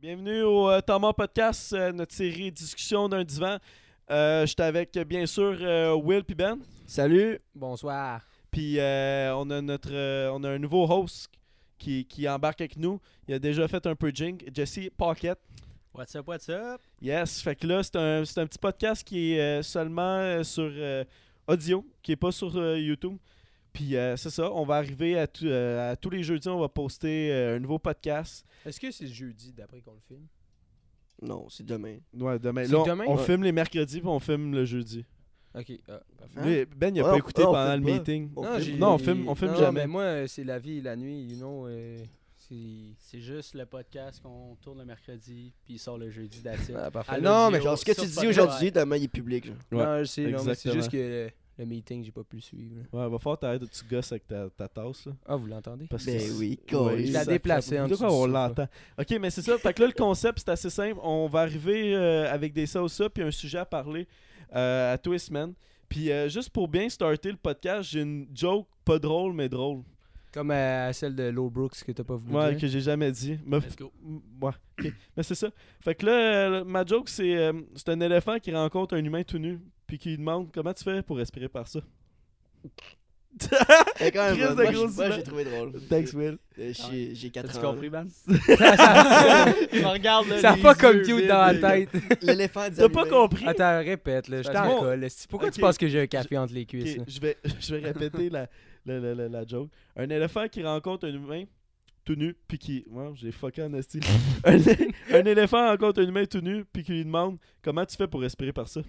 Bienvenue au euh, Temps mort Podcast, euh, notre série Discussion d'un divan. Euh, J'étais avec, euh, bien sûr, euh, Will puis Ben. Salut. Bonsoir. Puis euh, on, a notre, euh, on a un nouveau host qui, qui embarque avec nous. Il a déjà fait un peu de jing, Jesse Pocket. What's up, what's up? Yes, fait que là, c'est un, c'est un petit podcast qui est euh, seulement euh, sur euh, audio, qui est pas sur euh, YouTube. Puis euh, c'est ça, on va arriver à, tout- euh, à tous les jeudis, on va poster euh, un nouveau podcast. Est-ce que c'est jeudi d'après qu'on le filme Non, c'est demain. Ouais, demain. C'est Là, on, demain? on Ouais. filme les mercredis puis on filme le jeudi. Ok. ah, parfait. Hein? Lui, ben, il a Ouais, pas on- écouté ouais, on pendant le filme pas. meeting. On filme. j'ai- Non, on filme- on filme non, jamais. mais moi, euh, c'est la vie et la nuit, you know. euh, c'est. C'est juste le podcast qu'on tourne le mercredi, puis il sort le jeudi d'attitude. Ah, parfait. À Non, l'audio, mais Genre, oh, ce que sur tu dis Spotify. aujourd'hui, demain, il est public. genre. Ouais, non, je sais, non, mais c'est exactement. juste que le, le meeting, j'ai pas pu le suivre. là. Ouais, va falloir t'arrêter de tu gosses avec ta, ta tasse. Là, Ah, vous l'entendez parce Ben que- oui, Ouais, Je cool. la ça- déplaçais ça- en de quoi dessous on du sofa. l'entend. Ok, mais c'est ça. Fait que là, le concept, c'est assez simple. On va arriver euh, avec des ça ou ça, puis un sujet à parler euh, à tous les semaines. Puis euh, juste pour bien starter le podcast, j'ai une joke pas drôle, mais drôle. Comme à celle de Low Brooks que t'as pas voulu Ouais, dire. que j'ai jamais dit. Me Let's go. M- Ouais, ok. Mais c'est ça. Fait que là, euh, ma joke, c'est euh, c'est un éléphant qui rencontre un humain tout nu, puis qui lui demande comment tu fais pour respirer par ça. Mais quand Crise même, de moi, gros j'ai- moi, humain. j'ai trouvé drôle. Thanks, Will. Euh, J'ai j'ai T'as-tu 4 ans. compris, là. man? il me regarde, là, Ça a les pas comme yeux cute vides, dans la les- tête. L'éléphant dit T'as pas compris? Attends, répète, là, je Parce t'en que- colle. esti. Pourquoi tu Ok. penses que j'ai un café entre les cuisses Ok, je, vais, je vais répéter la, la, la, la- la joke. Un éléphant qui rencontre un humain tout nu, puis qui. Ouais, j'ai fucké en esti. un, un éléphant rencontre un humain tout nu, puis qui lui demande comment tu fais pour respirer par ça. là?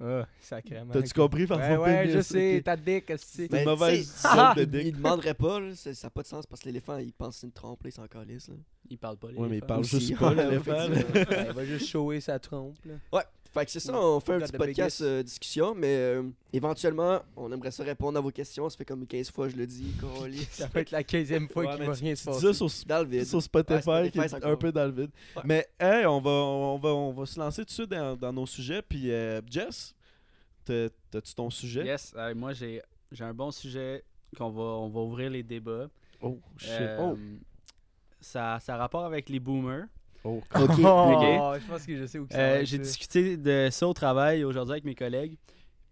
Ah, sacrément. T'as-tu compris par Ouais, son Ben ouais, Ben pénis? je Ok. sais, Ben ta dick, esti. une Mais mauvaise tu sais, sorte de il- dick. Il demanderait pas, là, ça n'a pas de sens parce que l'éléphant, il pense que c'est une trompe, là, il s'en calisse. là. Il parle pas, les Ouais, mais il femmes. parle Aussi, juste pas, ouais, l'éléphant. là. effectivement. Ouais, Il va juste shower sa trompe, là. Ouais, fait que c'est ça, on fait un Got petit the podcast biggest. euh, discussion, mais euh, éventuellement, on aimerait ça répondre à vos questions. Ça fait comme 15 fois, je le dis, calisse. Ça va être la 15e fois Ouais, qu'il mais va rien se Tu dis passer. ça sur Dans le vide. sur Spotify, Ouais, Spotify, qui est c'est un encore- peu dans le vide. Ouais. Mais hey, on va, on va, on va se lancer tout de suite dans, dans nos sujets. Puis euh, Jess, t'as- t'as-tu ton sujet? Yes, hey, moi, j'ai j'ai un bon sujet qu'on va, on va ouvrir les débats. Oh shit. Euh, Ça, ça a rapport avec les boomers. Oh. Oh, Ok, Je pense que je sais où que ça va Euh, être, J'ai ça. discuté de ça au travail aujourd'hui avec mes collègues.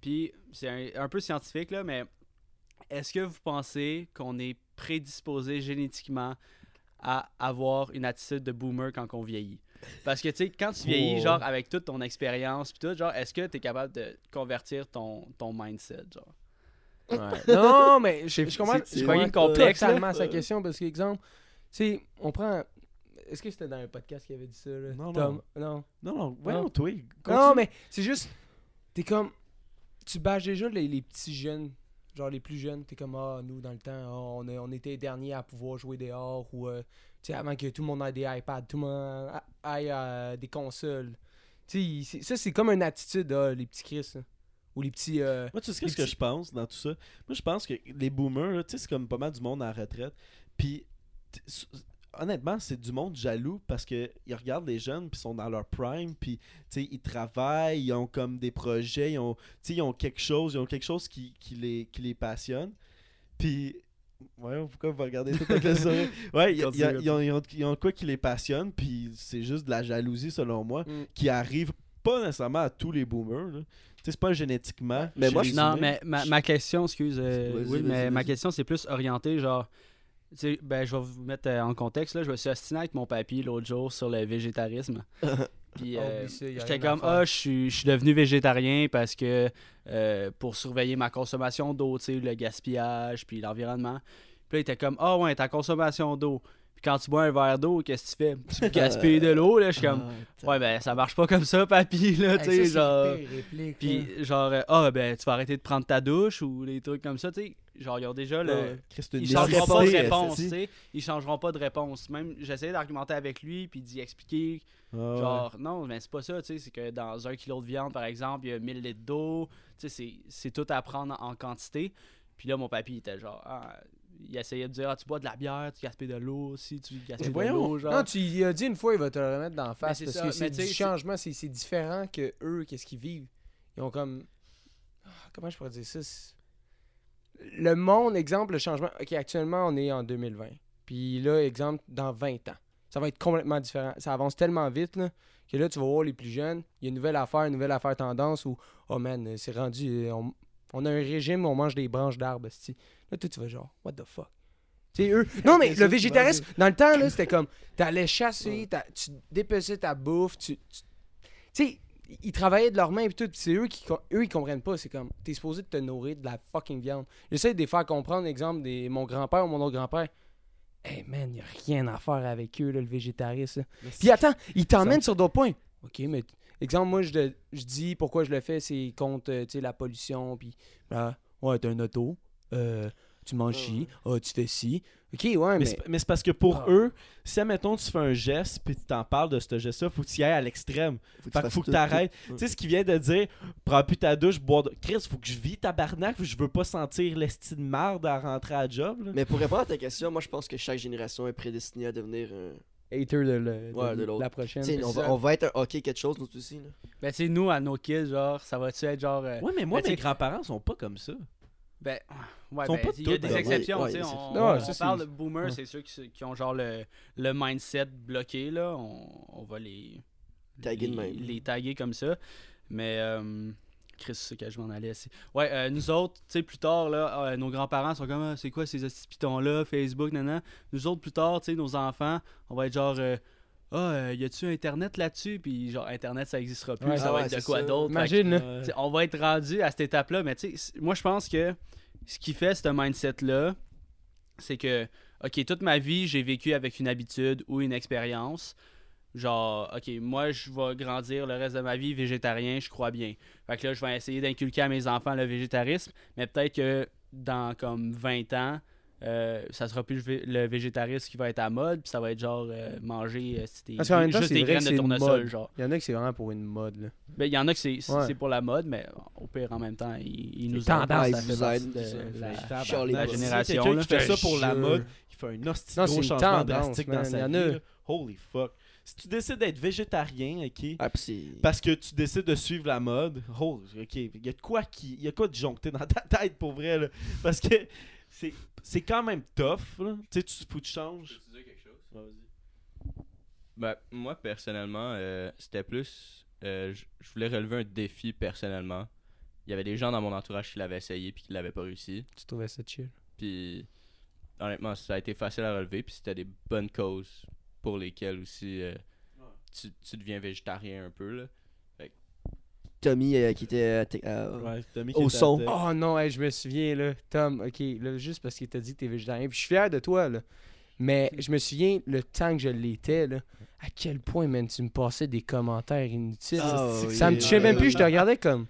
Puis c'est un, un peu scientifique, là, mais est-ce que vous pensez qu'on est prédisposé génétiquement à avoir une attitude de boomer quand on vieillit? Parce que, tu sais, quand tu vieillis, Oh. genre, avec toute ton expérience, puis tout, genre, est-ce que tu es capable de convertir ton, ton mindset, genre? Non, mais je, je comprends. c'est- Je c'est croyais vraiment complexe, là. totalement sa question parce que, exemple, tu sais, on prend. Est-ce que c'était dans un podcast qui avait dit ça, là? Non, non. Tom? non. Non, non, Ah, voyons, toi. Non, continue. mais c'est juste. T'es comme. Tu bâches déjà les, les petits jeunes. Genre les plus jeunes. T'es comme, ah, nous, dans le temps, ah, on, est- on était les derniers à pouvoir jouer dehors. Ou, euh, tu sais, avant que tout le monde ait des iPads, tout le monde a- aille à des consoles. Tu sais, c'est- ça, c'est comme une attitude, ah, les petits Chris. là. Ou les petits. euh, Moi, tu sais Les ce que petits- je pense dans tout ça? Moi, je pense que les boomers, là, tu sais, c'est comme pas mal du monde à la retraite. Puis, t- s- honnêtement, c'est du monde jaloux parce que ils regardent les jeunes, puis ils sont dans leur prime, puis, tu sais, ils travaillent, ils ont comme des projets, ils ont, tu sais, ils ont quelque chose, ils ont quelque chose qui, qui les, qui les passionne. Puis, ouais, pourquoi vous regardez tout avec le sourire? Ouais, ils- ils- ils ont- ils ont ils ont quoi qui les passionne, puis c'est juste de la jalousie, selon moi, Mm. qui arrive pas nécessairement à tous les boomers, là. Tu sais, c'est pas génétiquement. Mais moi, chez je- les Non, humains. mais ma, ma question, excuse, euh, Vas-y, vas-y, Will, mais ma vas-y. question, c'est plus orientée, genre, tu sais, ben, je vais vous mettre euh, en contexte, là, je me suis ostiné avec mon papy l'autre jour sur le végétarisme. Puis, Ah, euh, oublie ça, y a j'étais rien à comme, faire. ah, je suis- je suis devenu végétarien parce que euh, pour surveiller ma consommation d'eau, tu sais, le gaspillage, puis l'environnement. Puis là, il était comme, ah, ouais, ta consommation d'eau. Puis quand tu bois un verre d'eau, qu'est-ce que tu fais? Tu gaspilles de l'eau, là, je suis Ah, comme, ouais, ben, ça marche pas comme ça, papy, là, Hey, ça, tu sais, c'est genre. une pire réplique, là. Puis genre, euh, ah ben tu vas arrêter de prendre ta douche ou des trucs comme ça, tu sais. Genre, ils ont déjà le. Ouais. Christ, une Ils changeront nécessité, changeront pas de esti. réponse, tu sais. Ils changeront pas de réponse. Même, j'essayais d'argumenter avec lui, puis d'y expliquer, Ah ouais. genre, non, mais c'est pas ça, tu sais. C'est que dans un kilo de viande, par exemple, il y a 1000 litres d'eau. Tu sais, c'est- c'est tout à prendre en quantité. Puis là, mon papy, il était genre, ah, il essayait de dire, ah, tu bois de la bière, tu gaspilles de l'eau aussi, tu gaspilles de voyons. Ah, l'eau, genre. Non, tu y as dit une fois, il va te le remettre dans la face c'est parce ça, que mais c'est tu sais, du c'est- changement, c'est c'est différent que eux, qu'est-ce qu'ils vivent. Ils ont comme. Ah, Comment je pourrais dire ça? C'est- Le monde, exemple, le changement. Ok, actuellement, on est en 2020. Puis là, exemple, dans 20 ans. ça va être complètement différent. Ça avance tellement vite là, que là, tu vas voir les plus jeunes, il y a une nouvelle affaire, une nouvelle affaire tendance où, oh man, euh, c'est rendu, euh, on, on a un régime, où on mange des branches d'arbres. esti. Là, toi, tu vas genre, what the fuck? C'est eux. Non, mais Ça, le c'est végétarisme, dans le temps, là, c'était comme, t'allais chasser, t'as- tu dépeçais ta bouffe, tu. tu tu sais, ils travaillaient de leurs mains et tout, pis c'est eux qui com- eux ils comprennent pas, c'est comme t'es supposé de te nourrir de la fucking viande. J'essaie de les faire comprendre exemple des mon grand-père ou mon autre grand-père. Hey man, y a rien à faire avec eux là, le végétarisme. là. Puis attends, ils t'emmènent sur d'autres points. OK, mais t- exemple moi je le- je dis pourquoi je le fais, c'est contre euh, tu sais, la pollution puis ah, ouais, t'as un auto, euh, tu manges Ouais, ci, ah, tu fais ci. OK, ouais, mais, Mais, c'est- mais c'est parce que pour Ah. eux, si, admettons, tu fais un geste puis tu t'en parles de ce geste-là, faut que tu y ailles à l'extrême. Fait Faut que fasses faut que tout, t'arrêtes. tout. Tu sais, ce qu'il vient de dire, prends plus ta douche, bois de. Chris, faut que je vis tabarnak, je veux pas sentir l'esti de marde à rentrer à job. là. Mais pour répondre à ta question, moi je pense que chaque génération est prédestinée à devenir un. hater de, le- de Ouais, de l'autre. la prochaine. Tu sais, on, va, on va être un hockey quelque chose, nous aussi. Là. Ben, tu sais, nous, à nos kids, genre, ça va-tu être genre. euh, Ouais, mais moi, Mais tu mes sais- grands-parents sont pas comme ça. Ben, ouais, Sont ben, pas il y a toutes des dans- exceptions, ouais, tu sais. ouais, On, c'est- on Ouais, ça, parle c'est- de boomers, ouais. c'est ceux qui, se- qui ont genre le, le mindset bloqué, là. On, on va les. Taguer de les, même. les taguer comme ça. Mais. euh, Chris, c'est ce que je m'en allais. c'est- Ouais, euh, nous autres, tu sais, plus tard, là, euh, nos grands-parents sont comme, Ah, c'est quoi ces petits pitons-là, Facebook, nanan. Nous autres, plus tard, tu sais, nos enfants, on va être genre, euh, ah, euh, y a-tu Internet là-dessus? Puis genre, Internet, ça existera plus, Ouais. ça Ah va ouais, être de c'est quoi ça. d'autre? Fait que- Imagine là. Ouais. T'sais, on va être rendu à cette étape-là, mais tu sais, c- moi je pense que ce qui fait ce mindset-là, c'est que, ok, toute ma vie, j'ai vécu avec une habitude ou une expérience. Genre, ok, moi je vais grandir le reste de ma vie végétarien, je crois bien. Fait que là, je vais essayer d'inculquer à mes enfants le végétarisme, mais peut-être que dans comme 20 ans, euh, ça sera plus le vé- le végétarisme qui va être à mode, puis ça va être genre euh, manger euh, c'était Parce qu'en même temps, juste c'est des vrai que graines de c'est une tournesol, mode. genre. Il y en a qui c'est vraiment pour une mode là. Ben, il y en a que c'est c'est- Ouais. c'est pour la mode, mais au pire, en même temps, ils, ils nous tendance, aident, ils ça fait nous partie aident, de ça. la- Tabarnak. Charlie la Brown. génération, Si quelqu'un là. qui fait Je ça te pour la jure. mode, il fait un hostie Non, c'est gros une changement tendance, drastique man. dans sa Il y en vie. a. là. Holy fuck. Si tu décides d'être végétarien, ok, Ah, puis c'est- parce que tu décides de suivre la mode, holy, ok, il y a de quoi qui, il y a quoi de joncter dans ta tête pour vrai là, parce que c'est, c'est quand même tough là. Tu sais, tu faut que tu changes. Peux-tu dire quelque chose? Vas-y. Ben, moi, personnellement, euh, c'était plus. euh, j- je voulais relever un défi personnellement. Il y avait des gens dans mon entourage qui l'avaient essayé puis qui l'avaient pas réussi. Tu trouvais ça chill. Puis, honnêtement, ça a été facile à relever. Puis, c'était des bonnes causes pour lesquelles aussi euh, tu, tu deviens végétarien un peu. Là. Tommy euh, qui était. à Te- à- Ouais, Tommy Au qui était à son. tête. Oh non, hey, je me souviens, là, Tom, ok, là, juste parce qu'il t'a dit que t'es végétarien, puis je suis fier de toi, là. Mais je me souviens, le temps que je l'étais, là, à quel point, man, tu me passais des commentaires inutiles. Ah, là. oui. ça me touchait même plus, je te regardais comme.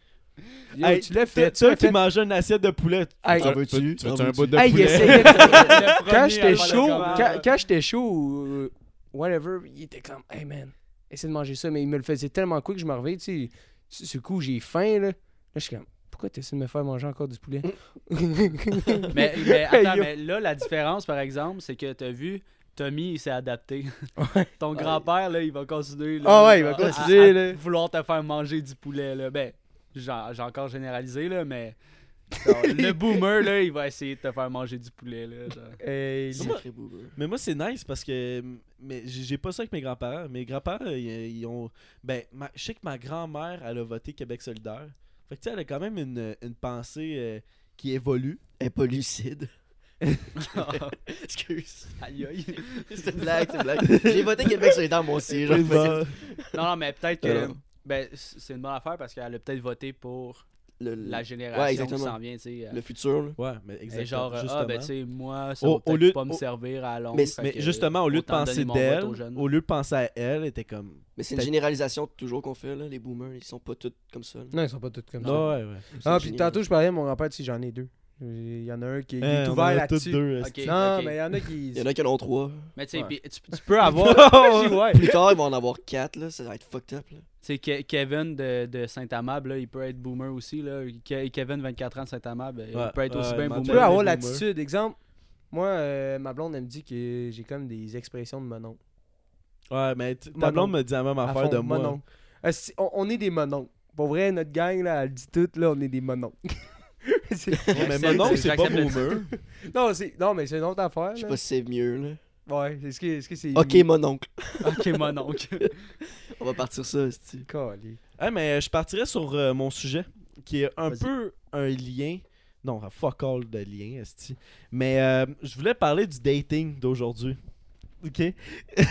Yo, Hey, tu l'as Toi, fait, tu toi l'as qui fait. mangeais une assiette de poulet. Hey, En veux-tu? Tu veux En un veux-tu? bout de hey, il poulet? essayait de- Le quand premier à j'étais faire le chaud, commande. quand, quand j'étais chaud, ou, euh, whatever, il était comme, hey man, essaie de manger ça, mais il me le faisait tellement quick que je me réveillais, tu sais, ce ce coup, j'ai faim, là. Là, je suis comme, pourquoi t'essaies de me faire manger encore du poulet? Mais, mais attends, Hey, yo. mais là, la différence, par exemple, c'est que t'as vu, Tommy, il s'est adapté. Ton grand-père, là, il va continuer. là, Ah ouais, il va à- à- continuer, à là. Vouloir te faire manger du poulet, là. Ben, j'en- j'ai encore généralisé, là, mais. genre, le boomer, là, il va essayer de te faire manger du poulet, là. genre. Hey, Comment- Sacré boomer. Mais moi, c'est nice parce que euh, mais j'ai j'ai pas ça avec mes grands-parents. Mes grands-parents, euh, ils, ils ont. Ben, ma- je sais que ma grand-mère, elle a voté Québec solidaire. Fait que tu sais, elle a quand même une, une pensée euh, qui évolue. Elle est pas lucide. Excuse. Aïe, aïe. C'est une blague, c'est une blague. J'ai voté Québec solidaire, moi aussi. genre, parce que Non, non, mais peut-être que. Euh. Alors. Ben, c- c'est une bonne affaire parce qu'elle a peut-être voté pour Le, le- la génération Ouais, qui exactement. s'en vient, tu sais. euh, le futur, là. Ouais, mais Et exactement. genre, euh, justement. ah, ben, tu sais, moi, ça Au- va au peut-être lieu- pas me au- servir à long. Mais- fait mais que justement, au lieu de autant penser donner mon vote d'elle, aux jeunes. au lieu de penser à elle, elle était comme. Mais c'est une Peut-être- généralisation toujours qu'on fait, là. Les boomers, ils sont pas tous comme ça. là. Non, ils sont pas tous comme ça. Non, ouais, ouais. Ah, C'est puis génial. tantôt, je parlais à mon grand-père, tu sais, j'en ai deux. Il y en a un qui Hein, est on en ouvert a là-dessus. toutes deux. Ok, Non, ok. mais il y en a qui. Il y en a qui en ont trois. Mais tu sais, Ouais. puis tu, tu peux avoir. Je dis, ouais. Plus tard, ils vont en avoir quatre, là. Ça va être fucked up, là. Tu sais, Ke- Kevin de, de Saint-Amable, là, il peut être boomer aussi. Là. Ke- Kevin, 24 ans de Saint-Amable, Ouais, il peut être aussi ouais, bien mental. Tu peux boomer. avoir les boomers. l'attitude. Exemple, moi, euh, ma blonde, elle me dit que j'ai comme des expressions de mon oncle. Ouais, mais t- Mon ta blonde oncle. me dit la même À affaire fond, de mon moi. oncle. Euh, si- on, on est des mononcles. Pour vrai, notre gang, là, elle dit tout, là, on est des mononcles. C'est- Ouais, mais J'accepte- mon oncle, c'est pas j'accepte le boomer. non, c'est- non, mais c'est une autre affaire. Je sais là. pas si c'est mieux, là. Ouais, est-ce que est-ce que c'est. Ok, mon oncle. Ok, mon oncle. On va partir ça, cest Calé. Ah, mais je partirais sur euh, mon sujet, qui est un Vas-y. peu un lien. Non, un fuck all de lien, esti. Mais euh, je voulais parler du dating d'aujourd'hui. OK?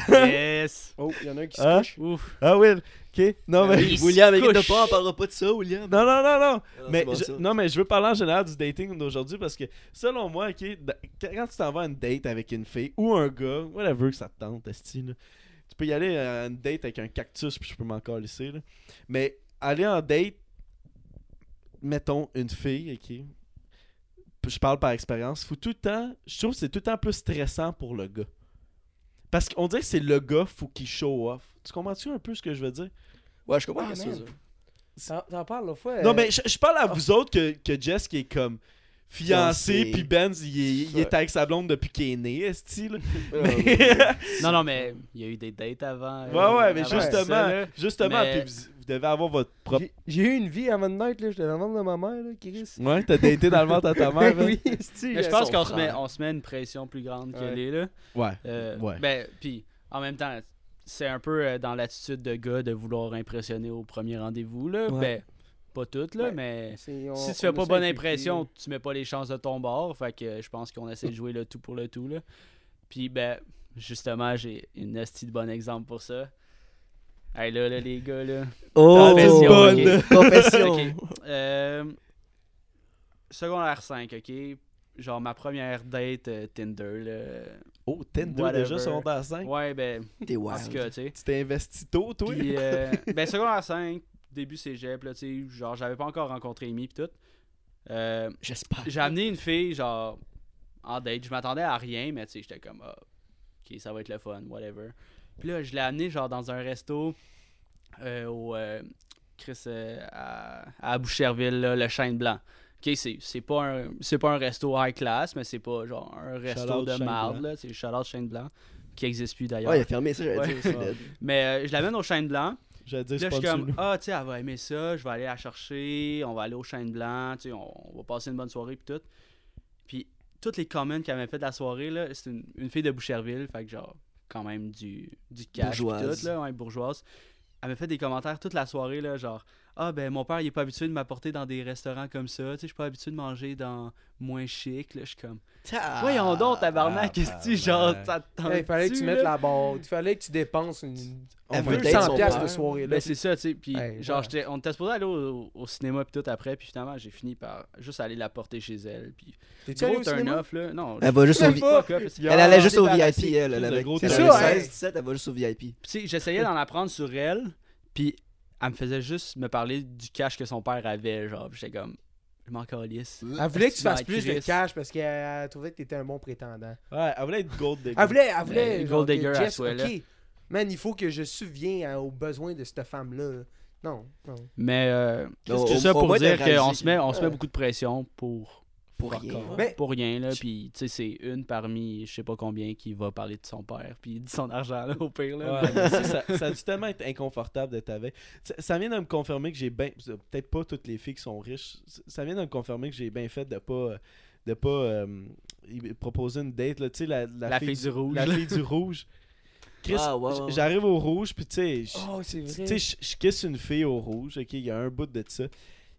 Yes. Oh, il y en a un qui Hein? se couche. Ouf. Ah, Will? OK? Ah, Non, mais... Ah Il se William, avec couche. de pas, on parlera pas de ça, William. Non, non, non, non! Ah, mais c'est bon, je, ça. non, mais je veux parler en général du dating d'aujourd'hui parce que, selon moi, ok, d- quand quand tu t'en vas à une date avec une fille ou un gars, whatever que ça te tente, esti, là, tu peux y aller à une date avec un cactus, puis je peux m'en calisser, là. Mais aller en date, mettons une fille, ok, p- je parle par expérience, faut tout le temps, je trouve que c'est tout le temps plus stressant pour le gars. Parce qu'on dirait que c'est le gars, faut qu'il show off. Tu comprends-tu un peu ce que je veux dire? Ouais, je comprends Ah, ce que tu veux man. dire. T'en t'en parles l'autre fois. euh, Non, mais je, je parle à vous autres que, que Jess qui est comme fiancé, Fiancé. puis Ben, il, est- il est avec sa blonde depuis qu'il est né, est-ce euh, Ah Ouais, ouais, ouais. Non, non, mais il y a eu des dates avant. euh, Ouais, Ah ouais, mais avant justement, ça, là. justement, Mais- puis vous, vous devez avoir votre propre. j'ai- J'ai eu une vie à One Night, là. Je te la demande de ma mère, là, Chris. Ouais, t'as daté dans le ventre à ta mère. hein? oui, euh, c'est Mais je pense son qu'on se met, frère. on se met une pression plus grande qu'elle Ouais. est là. Ouais. Euh, Ouais. Ben, puis en même temps, c'est un peu euh, dans l'attitude de gars de vouloir impressionner au premier rendez-vous là. Ouais. Ben, pas toutes là, Ouais. mais si tu fais pas bonne impression, tu mets pas les chances de ton bord. Fait que euh, je pense qu'on essaie de jouer le tout pour le tout là. Puis ben, justement, j'ai une esti de bon exemple pour ça. Hey là, là les gars là. Oh, Confession, bonne ok. confession. Ok. Euh, secondaire 5, ok. Genre ma première date euh, Tinder. Là. Oh, Tinder Whatever. déjà secondaire 5. Ouais, ben, T'es en tout wild. cas, tu sais. Tu t'es investi tôt, toi. Puis, euh, ben, secondaire 5, début cégep, là, tu sais, genre, j'avais pas encore rencontré Amy, pis tout. Euh, J'espère. j'ai amené une fille, genre, en date. Je m'attendais à rien, mais tu sais, j'étais comme, ah, ok, ça va être le fun, whatever. Puis là, je l'ai amené, genre, dans un resto euh, au euh, Chris euh, à, à Boucherville, là, le Chêne Blanc. Ok, c'est c'est pas, un- c'est pas un resto high class, mais c'est pas, genre, un resto Shout-out de Chêne marde, Blanc. là. C'est Shout out Chêne Blanc, qui existe plus d'ailleurs. Ouais, il a fermé ça, j'allais hein. Ouais. dire. c'est dead. Mais euh, je l'amène au Chêne Blanc. J'allais dire, Là, je suis sponsor-nous. comme, ah, tu sais, elle va aimer ça, je vais aller la chercher, on va aller au Chêne Blanc, tu sais, on, on va passer une bonne soirée, puis tout. Puis, toutes les comments qu'elle m'a fait de la soirée, là, c'est une, une fille de Boucherville, fait que genre, quand même du, du cash, puis Bourgeoise. tout, là, ouais, bourgeoise. Elle m'a fait des commentaires toute la soirée, là, genre, ah, ben, mon père, il est pas habitué de m'apporter dans des restaurants comme ça, tu sais, je suis pas habitué de manger dans moins chic, là, je suis comme, Ah, voyons donc, tabarnak, qu'est-ce que tu, genre, tabarnak. ça te Il fallait que tu tente-tu, mettes là? la barre. Il fallait que tu dépenses une On Elle veut veut date son 200$ piastres père. cette soirée-là. Ben, c'est ça, tu sais. Puis, Hey, genre, ouais. j'étais- on était supposé aller au, au cinéma, puis tout après. Puis finalement, j'ai fini par juste aller la porter chez elle. Puis, T'es-tu allé gros au turn cinéma? off, là. Non, Elle va juste au je- vi- fuck off, parce que- Elle allait juste au débarrassé, VIP, elle. plus elle de avait gros elle talent. avait Ça, ouais. 16, 17, elle va juste au VIP. Puis, tu sais, j'essayais d'en apprendre sur elle. Puis, elle me faisait juste me parler du cash que son père avait. Genre, puis j'étais comme, je m'en calisse. Elle voulait que tu Ben, fasses plus de Chris. cash parce qu'elle elle trouvait que t'étais un bon prétendant. Ouais, elle voulait être gold digger. Elle voulait, elle voulait. Ben, genre, Gold que Digger, Jess, elle soit ok, Man, il faut que je souvienne hein, aux besoins de cette femme-là. Non, non. Mais, euh, Non, tout au- ça au pour moins, dire t'as qu'on réalisé. se met, on se met Ouais. beaucoup de pression pour. Pour fuck rien. all. Mais- pour rien, là. Je- Puis, tu sais, c'est une parmi je sais pas combien qui va parler de son père, puis de son argent, là, au pire, là. Ouais, mais ça, ça- ça a dû tellement être inconfortable d'être avec. Ça, ça vient de me confirmer que j'ai bien. Peut-être pas toutes les filles qui sont riches. Ça- Ça vient de me confirmer que j'ai bien fait de pas de pas euh, y- proposer une date. Là. Tu sais, la, la La fille du rouge, La là. fille du rouge. Chris, Ah, ouais, ouais, j- ouais. j'arrive au rouge, puis tu sais, je- Oh, c'est tu sais, je- je kisse une fille au rouge, ok, il y a un bout de ça.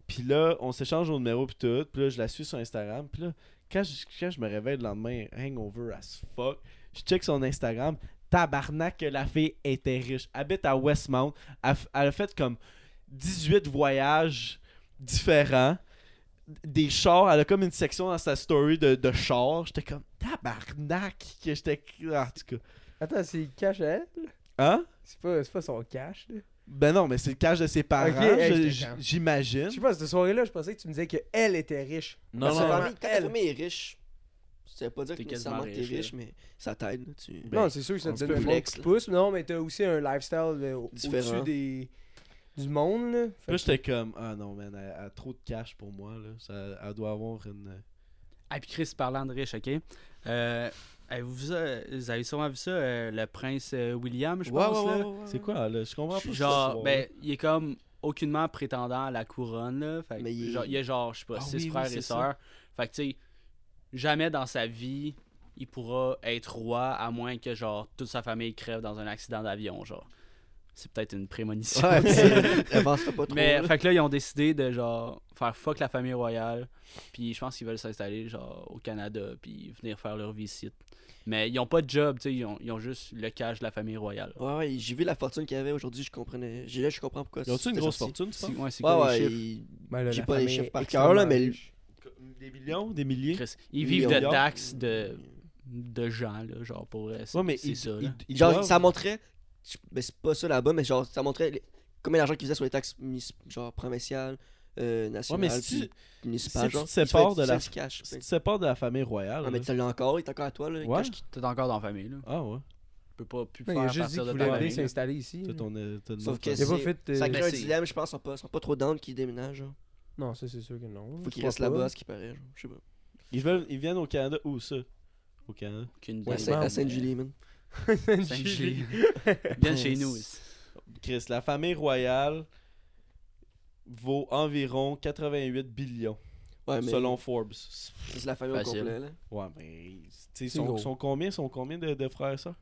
Puis là, on s'échange au numéro puis tout, puis là, je la suis sur Instagram, puis là, quand je, quand je me réveille le lendemain, hangover as fuck, je check son Instagram, tabarnak que la fille était riche, habite à Westmount, elle, f- elle a fait comme 18 voyages différents, des chars, elle a comme une section dans sa story de, de chars, j'étais comme tabarnak, que j'étais, ah, en tout cas, Attends, c'est cash à elle? hein? C'est pas, c'est pas son cash, là. Ben non, mais c'est le cash de ses parents, Ok, hey, je- je j- comprends. j'imagine. Je sais pas, cette soirée-là, je pensais que tu me disais qu'elle était riche. Non, Parce non, que non. la famille- Quand la elle. famille est riche, ça veut pas dire que T'es nécessairement quasiment que t'es riche, riche, mais ça t'aide. là, Tu... Ben, non, c'est sûr que ça un te petit donne peu un bon flex, petit là. pouce. Non, mais t'as aussi un lifestyle euh, au- Différent. au-dessus des... du monde, là. Fait Puis là, j'étais comme, ah non, man, elle elle a trop de cash pour moi, là. Ça, elle doit avoir une. Ah, puis Chris, parlant de riche, ok. Euh, avez-vous vu ça- vous avez sûrement vu ça, euh, le prince euh, William, je pense. là. C'est quoi, là Je comprends pas. Genre, ben, il est comme aucunement prétendant à la couronne, là. Fait que, Mais il est- genre, il y a genre, je sais pas, Ah six oui, oui, frères c'est et ça. sœurs. Fait que, tu sais, jamais dans sa vie, il pourra être roi à moins que genre toute sa famille crève dans un accident d'avion, genre. C'est peut-être une prémonition. Ouais, mais avance-toi pas trop. Mais là. fait que là ils ont décidé de genre faire fuck la famille royale, puis je pense qu'ils veulent s'installer genre au Canada puis venir faire leur visite. Mais ils ont pas de job, tu sais, ils ont, ils ont juste le cash de la famille royale. Ouais, ouais, j'ai vu la fortune qu'il y avait aujourd'hui, je comprenais. J'ai là, je comprends pourquoi. Ils ont-tu une c'était grosse sorti. fortune, tu C'est penses ouais, c'est Ouais, quoi ouais, les chiffres? il- Ben là, J'ai la pas les famille chiffres par est cœur, là, mais extrêmement le- riche. Des millions, des milliers Chris, Ils Millions. vivent de Millions. taxes de, de gens, là, genre pour vrai, c'est Ouais, mais c'est ils, ça. ils- là. ils genre, doivent- ça montrait. je- Mais c'est pas ça là-bas, mais genre, ça montrait les- combien d'argent qu'ils faisaient sur les taxes munis- genre provinciales, euh, Ouais, mais nationales, si tu, puis municipales. si tu genre, te ils se faisaient sépares de tout la- seul du cash. si fait. tu sépares de la famille royale. Ah, mais là- tu l'as encore, il est encore à toi, là. le Ouais. cash qui- T'es encore dans la famille, là. Ah ouais. Tu peux pas plus Ouais, faire Il a juste dit partir qu'il de voulait ta venir famille. là. s'installer ici. T'as là. ton, euh, t'as une Sauf bonne que Il a place. pas c'est- fait. Ça euh, crée Mais un c'est- dilemme, je pense, sont pas, sont pas trop down qui déménagent. genre. Non, ça c'est sûr que non. Faut qu'ils Je restent crois pas. là-bas, ce qui paraît. genre, Je sais pas. ils, veulent- ils viennent au Canada. Où ça Au Canada. Aucune idée. À Saint- À Saint-Julie, man. Saint-Julie. Bien chez nous. ici. Chris, la famille royale vaut environ 88 billions Ouais, mais selon Forbes. c'est la famille au Facile. complet, là. Ouais, mais tu sais, C'est sont, gros. sont combien, sont combien de, de frères et sœurs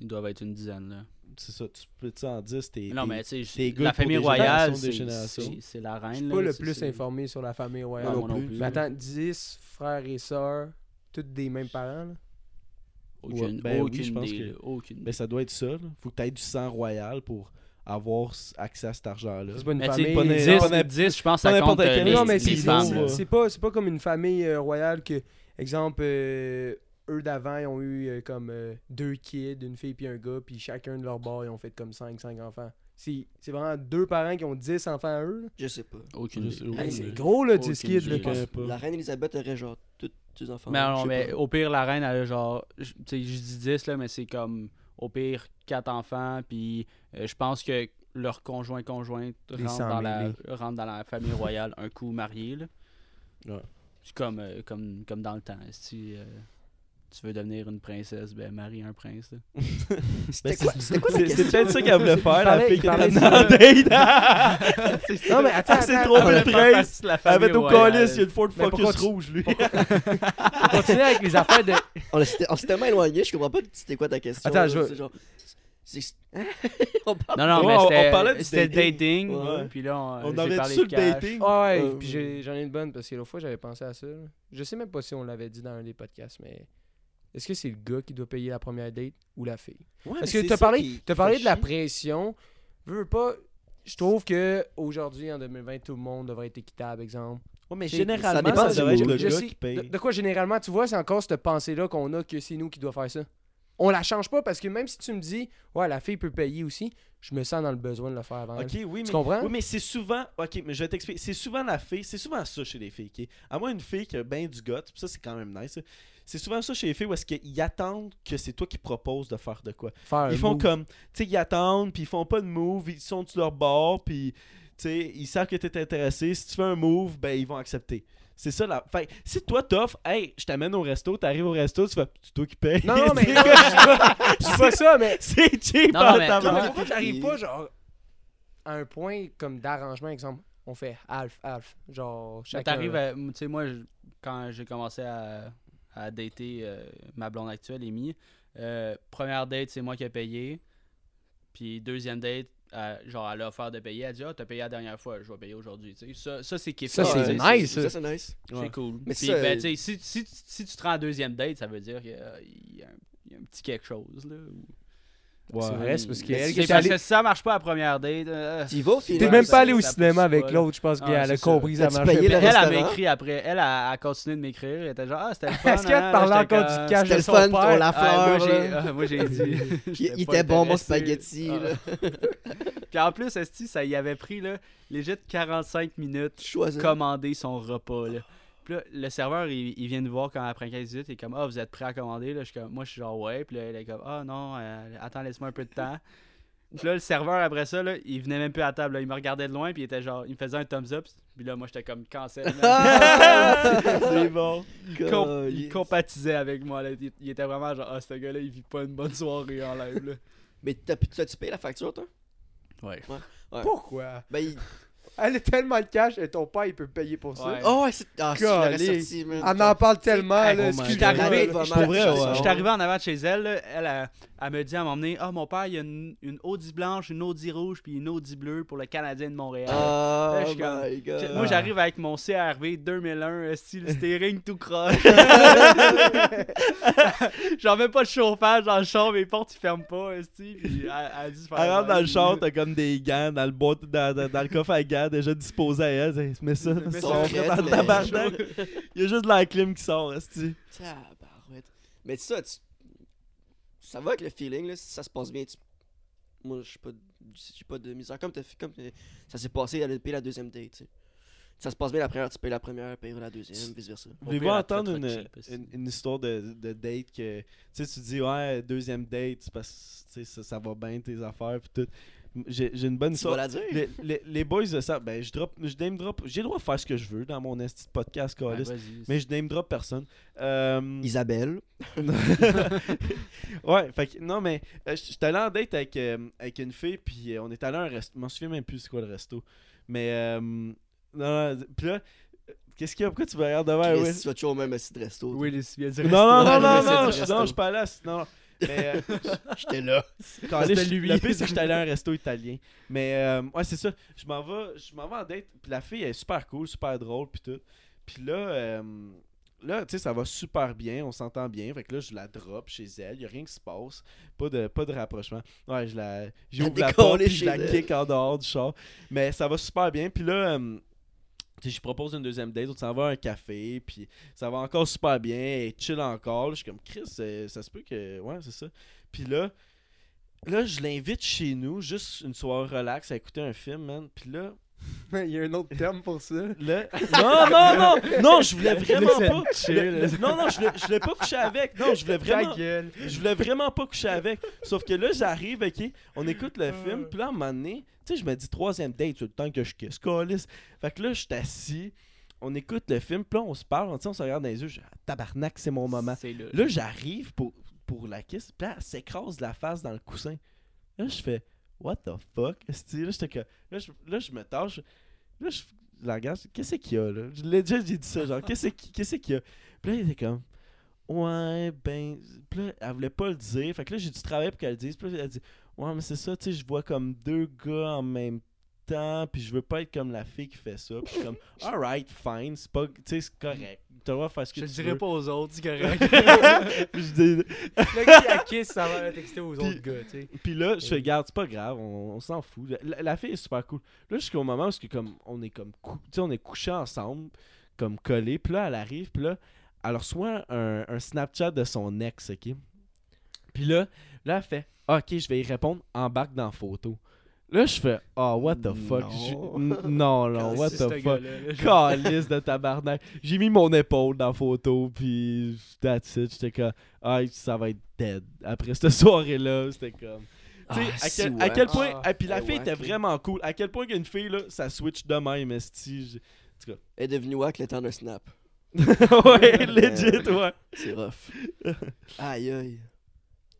Ils doivent être une dizaine, là. C'est ça, tu peux tu sais, en 10 t'es Mais Non, t'es- mais tu des sais, good la pour famille des royale, générations, des c'est- générations. c'est c'est la reine. Je suis là, pas le c'est- plus c'est- informé sur la famille Non, royale. non moi non plus. plus. Mais attends, 10 frères et sœurs, tous des mêmes parents. là. Aucune Ouais, ben oui, aucune je pense idée, que- là, Aucune Ben, idée. ça doit être ça. là. Faut que tu aies du sang royal pour avoir s- accès à cet argent-là. C'est pas une Mais tu famille. euh, pas né- pas né- sais, 10, 10, je pense que pas ça compte n'importe euh, quel- les non, mais les c'est, des femmes, c'est- là. c'est pas, c'est pas comme une famille euh, royale que, exemple, euh, eux d'avant, ils ont eu euh, comme euh, deux kids, une fille puis un gars, puis chacun de leur bord, ils ont fait comme 5, 5 enfants. C'est, c'est vraiment deux parents qui ont 10 enfants à eux. là. Je sais pas. Aucune Je sais- idée. oui, Hey, c'est mais- gros, là, Aucune 10 kids. Là, idée. quand- Je sais pas. La reine Elisabeth aurait genre tous ses enfants. Mais là, non, je sais mais oh, pas. au pire, la reine, elle a genre. Je tu sais, je dis 10, là, mais c'est comme au pire 4 enfants, puis euh, je pense que leur conjoint conjointe Les rentre dans, la, sans-mêlés. rentre dans la famille royale un coup marié. Là. Ouais. C'est comme, euh, comme, comme dans le temps. Si euh, tu veux devenir une princesse, ben marie un prince. là. C'était quoi c'était quoi la C'est c'est question peut-être ça qu'elle voulait faire, la parlait- fille il qui était parlait de amenée en date. Non, mais attends, C'est attends, trop Ah, attends. le prince. La Elle avait au royale. colis, il y a une Ford Mais pourquoi Focus tu- rouge, lui. On continue avec les affaires de. On s'était- on s'est tellement éloigné, je comprends pas c'était quoi ta question. Attends, là, je veux- c'est genre- c'est- on parle- Non, non, Ouais, mais on- c'était, on parlait du c'était le dating. Ouais. Puis là, on, On j'ai avait parlé sur de le cash. dating. Ah ouais, Euh, puis j'ai- j'en ai une bonne parce que l'autre fois j'avais pensé à ça. là. Je sais même pas si on l'avait dit dans un des podcasts, mais est-ce que c'est le gars qui doit payer la première date ou la fille Ah, Parce que t'as parlé, t'as parlé de la pression. Veux, veux pas. Je trouve que aujourd'hui en 2020 tout le monde devrait être équitable, exemple. Ouais, mais C'est- généralement, ça, ça dépend du devrait être mood. le Je gars sais- qui paye. de, de quoi généralement tu vois c'est encore cette pensée là qu'on a que c'est nous qui doit faire ça. On la change pas parce que même si tu me dis ouais la fille peut payer aussi, je me sens dans le besoin de le faire avant. elle. Ok, oui, Tu mais comprends Oui, mais c'est souvent. Ok, mais je vais t'expliquer. C'est souvent la fille. C'est souvent ça chez les filles. ok? À moins une fille qui a bien du goth, pis ça c'est quand même nice. hein. C'est souvent ça chez les filles où est-ce qu'ils attendent que c'est toi qui proposes de faire de quoi. Faire Ils un font move. comme. Tu sais, ils attendent, puis ils font pas de move, ils sont sur leur bord, puis. Tu sais, ils savent que t'es intéressé. Si tu fais un move, ben ils vont accepter. C'est ça la. Fait que si toi t'offres, hey, je t'amène au resto, t'arrives au resto, tu fais. C'est toi qui paye. Non, non, mais C'est- non, je dis pas ça, mais. c'est cheap Non, en non, mais- Non, mais tabarnak. pourquoi t'arrives pas, genre, à un point comme d'arrangement, exemple, on fait half, half, genre, Mais chacun. T'arrives à. Tu sais, moi, je- quand j'ai commencé à, à dater euh, ma blonde actuelle, Amy, euh, première date, c'est moi qui ai payé. Puis deuxième date, euh, genre, elle a offert de payer. Elle dit Ah, t'as payé la dernière fois, je vais payer aujourd'hui. Tu sais, ça, ça c'est kiffant. Ça, Ah, c'est ouais, Tu sais, nice, ça. Ça, c'est nice. C'est Ouais. cool. Mais Puis, ça, ben, euh, tu sais, si, si, si tu te rends en deuxième date, ça veut dire qu'il y a- il y, a un- il y a un petit quelque chose. Là, ou- C'est Ouais. vrai, c'est parce que. Mais elle c'est qui C'est est parce allée- que si ça marche pas à la première date. euh, Tu y vas au final. T'es même ça- pas allé au ça pousse cinéma pas, avec là. l'autre, je pense Ah, qu'elle a c'est ça. compris, ça T'as-tu marchait pas. payé le Elle, elle, elle m'a restaurant. écrit après. Elle a, a continué de m'écrire. Elle était genre, ah, c'était le fun. Est-ce qu'elle te nanana. parlait J'étais encore comme- du cash C'était de le son fun pour père? la Ah, fleur. moi, j'ai- là. ah, moi, j'ai dit. Il j'étais il pas était bon, mon intéressé. spaghetti. Ah. là. Puis en plus, Esti, ça y avait pris, là, legit 45 minutes Choisis. commander son repas, là. Puis là, le serveur, il, il vient nous voir quand après 15 minutes, il est comme Ah, vous êtes prêt à commander là? Je suis comme, Moi, je suis genre Ouais. Puis là, il est comme Ah, non, euh, attends, laisse-moi un peu de temps. Puis là, le serveur, après ça, là, il venait même plus à la table. là. Il me regardait de loin, puis il était genre, il me faisait un thumbs up. Puis là, moi, j'étais comme cancel. man. C'est bon. il, com- il Calice. compatisait avec moi. Là. Il, il était vraiment genre, ah, ce gars-là, il vit pas une bonne soirée en live. Là. Mais t'as- t'as-tu payé la facture, toi Ouais. Pourquoi Ben, il- Elle a tellement de cash et ton père, il peut payer pour ça. Ouais. Oh, ouais, c'est. Ah, si j'avais Golly. sorti, man. On en parle tellement, Oh là. my Je suis excuse-moi, God. arrivé, là. va je mal, pourrais, ça, ouais, Ah ça, ouais. Je ça. suis arrivé en avant de chez elle, là. elle, elle, elle me dit à m'emmener Ah, mon père, il y a une, une Audi blanche, une Audi rouge, puis une Audi bleue pour le Canadien de Montréal. Ah, Je suis comme- my God. ah. Moi, j'arrive avec mon CRV 2001, euh, style steering tout croche. J'en mets pas de chauffage dans le char, mes portes ils ferment pas, euh, style, puis elle, elle dit de faire Elle rentre dans mal. le char, t'as comme des gants dans le, boîte, dans, dans- dans le coffre à gants déjà disposés à elle. Elle dit, Mets ça, mets Mets ça ça, on fait dans mais- le tabarnak. Il y a juste de la clim qui sort, esti. Tabarouette. Mais ça, tu... ça va avec le feeling, là, si ça se passe bien. tu- Moi, je suis pas, j'ai pas de misère. Comme, t'as fait- comme t'as- ça s'est passé, elle a payé la deuxième date. tu sais. Si ça se passe bien la première, tu payes la première, elle payera la deuxième, vice-versa. Voulez-vous pire, elle entendre te traite une, cheap, esti. une, une histoire de, de date que tu sais tu dis ouais deuxième date c'est parce que tu sais, ça, ça va bien tes affaires puis tout. J'ai j'ai une bonne Tu vas histoire. la dire? Les, les- les boys de ça, ben je drop, je name drop, j'ai le droit de faire ce que je veux dans mon esti de podcast Ouais, calliste, Ben, vas-y. mais je name drop personne. Euh, Isabelle. ouais, fait que, non, mais euh, j- j'étais allé en date avec, euh, avec une fille, puis euh, on est allé à un resto. Je m'en souviens même plus c'est quoi le resto. Mais, euh, non, non, puis là, euh, qu'est-ce qu'il y a Pourquoi tu me regardes devant, Chris, Will? Tu vas toujours au même assis de resto. Oui, les bien du Non, non, non, restaurant, non, le non, restaurant. je- non, je suis pas là. c'est- Non, non. Mais, euh, J'étais là. quand allé, C'était je- lui. Le pire, c'est que j'étais allé à un resto italien. Mais euh, ouais, c'est ça. Je m'en vais, je m'en vais en date. Puis la fille elle est super cool, super drôle, puis tout. Puis là, euh, là, tu sais, ça va super bien, on s'entend bien. Fait que là, je la drop chez elle, y a rien qui se passe, pas de, pas de rapprochement. Ouais, je la, j'ouvre la porte, décollé puis je chez la elle. kick en dehors du char. Mais ça va super bien. Puis là. euh, tu sais, je propose une deuxième date, on s'en va à un café, puis ça va encore super bien, et chill encore. Je suis comme, Chris, euh, ça se peut que. Ouais, c'est ça. Puis là, là, je l'invite chez nous, juste une soirée relax, à écouter un film, man. Puis là, Il y a un autre terme pour ça. là... Non, non, non! Non, je voulais vraiment Laisse-le pas... chill. le- le- non, non, je voulais, je voulais pas coucher avec. Non, je voulais vraiment... Ta gueule. Je voulais vraiment pas coucher avec. Sauf que là, j'arrive, OK, on écoute le film, puis là, à un moment donné, tu sais, je me dis troisième date, c'est le temps que je kiss, calisse. Fait que là, je suis assis, on écoute le film, puis là, on se parle, on, tu sais, on se regarde dans les yeux, je dis, Ah, tabarnak, c'est mon moment. C'est là. Là, j'arrive pour, pour la kiss, puis là, elle s'écrase la face dans le coussin. Là, je fais What the fuck? Esti, Là, j'étais que- là, je, là, je me tâche. Là, je la regarde. je- Qu'est-ce qu'il y a, là? Je l'ai déjà j'ai dit ça, genre, qu'est-ce qui- qu'est-ce qu'il y a? Puis là, il était comme Ouais, ben. Puis là, elle voulait pas le dire. Fait que là, j'ai du travail pour qu'elle le dise. Puis là, elle dit Ouais, mais c'est ça, tu sais, je vois comme deux gars en même temps, puis je veux pas être comme la fille qui fait ça. Puis je suis comme Alright, fine, c'est pas. Tu sais, c'est correct. T'as le droit de faire ce que Je le tu dirai veux. pas aux autres, c'est correct. Puis je dis- Le gars qui a kiss, ça va texter aux Puis- autres gars, tu sais. Puis là, je fais, garde, c'est pas grave, on, on s'en fout. La, la fille est super cool. Là, jusqu'au moment où c'est que comme, on est comme cou- tu sais, on est couchés ensemble, comme collés. Puis là, elle arrive, puis là, elle reçoit un, un Snapchat de son ex, OK? Puis là, là, elle fait, OK, je vais y répondre, embarque dans la photo. Là, je fais, ah, what the fuck? Non. Je- n- non, non, what C'est ce the fuck? gars-là, là. Calice de tabarnak. J'ai mis mon épaule dans la photo, puis that's it. J'étais comme, ah, ça va être dead. Après cette soirée-là, c'était comme. Tu sais, Ah, à, si, quel, ouais. à quel point. Ah. ah, puis la Ah, fille ouais, était ok. vraiment cool. À quel point qu'une fille, là, ça switch de même, esti. je- Elle est devenue wack le temps d'un snap. ouais, legit, ouais. C'est rough. Aïe, aïe.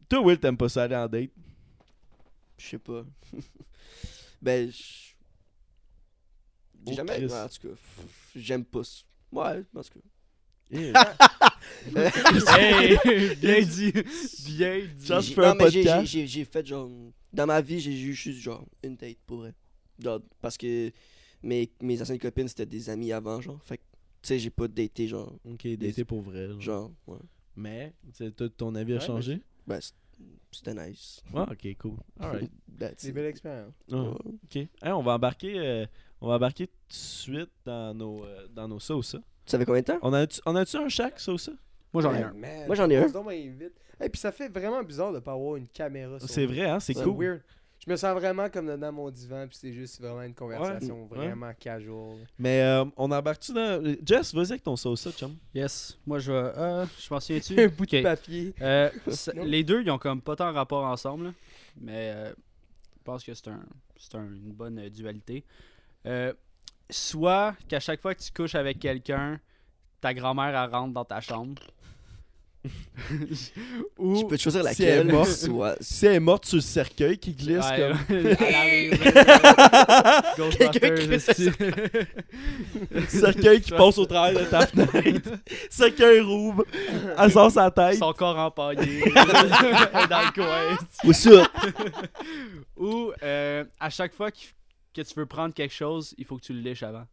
Toi, Will, t'aimes pas ça aller en date? Je sais pas. ben, je. J'ai Oh, jamais. Chris. ouais, en tout cas, pff, j'aime pas. ça. Ouais, en tout cas. Hey, bien dit. Bien dit. Ça, J'ai- je fais un non, mais j'ai- podcast. j'ai- J'ai j'ai fait genre. Dans ma vie, j'ai eu juste genre une date pour vrai. Genre, parce que mes, mes anciennes copines c'était des amies avant, genre. Fait que, tu sais, j'ai pas daté, genre. ok, dater pour vrai. genre. Genre, ouais. Mais, tu sais, toi, ton avis a Ouais, changé? Ben, c'est- c'était nice. Ouais, ok, cool. Alright. That's it. expérience. Ouais. Ok. Hey, on va embarquer. euh, on va embarquer tout de suite dans nos, euh, dans nos ça ou ça. Tu savais combien de temps? On a-tu on a-tu un chaque, ça ou ça? Moi, j'en ai un. Moi, j'en ai un. Et ben, puis ça fait vraiment bizarre de pas avoir une caméra. sur C'est nous. vrai, hein? C'est C'est cool. weird. Je me sens vraiment comme dans mon divan, puis c'est juste vraiment une conversation vraiment casual. Mais euh, on embarque-tu dans. Jess, vas-y avec ton ça ou ça, chum. Yes. Moi, je vais. euh, je m'en souviens-tu? Un bout Ok. de papier. Euh, ça- les deux, ils ont comme pas tant rapport ensemble, là. mais euh, je pense que c'est un, c'est un- une bonne euh, dualité. Euh, soit qu'à chaque fois que tu couches avec quelqu'un, ta grand-mère elle rentre dans ta chambre. Ou Tu peux te choisir si elle laquelle. est morte. soit- Si elle est morte sur le cercueil qui glisse Ouais, comme. là, elle arrive, Ghostbusters, aussi. cercueil qui passe au travers de ta fenêtre. cercueil rouge. Elle sort sa tête. Son corps empaillé dans le coin. Ou sur. Ou euh, à chaque fois qu'il- que tu veux prendre quelque chose, il faut que tu le lèches avant.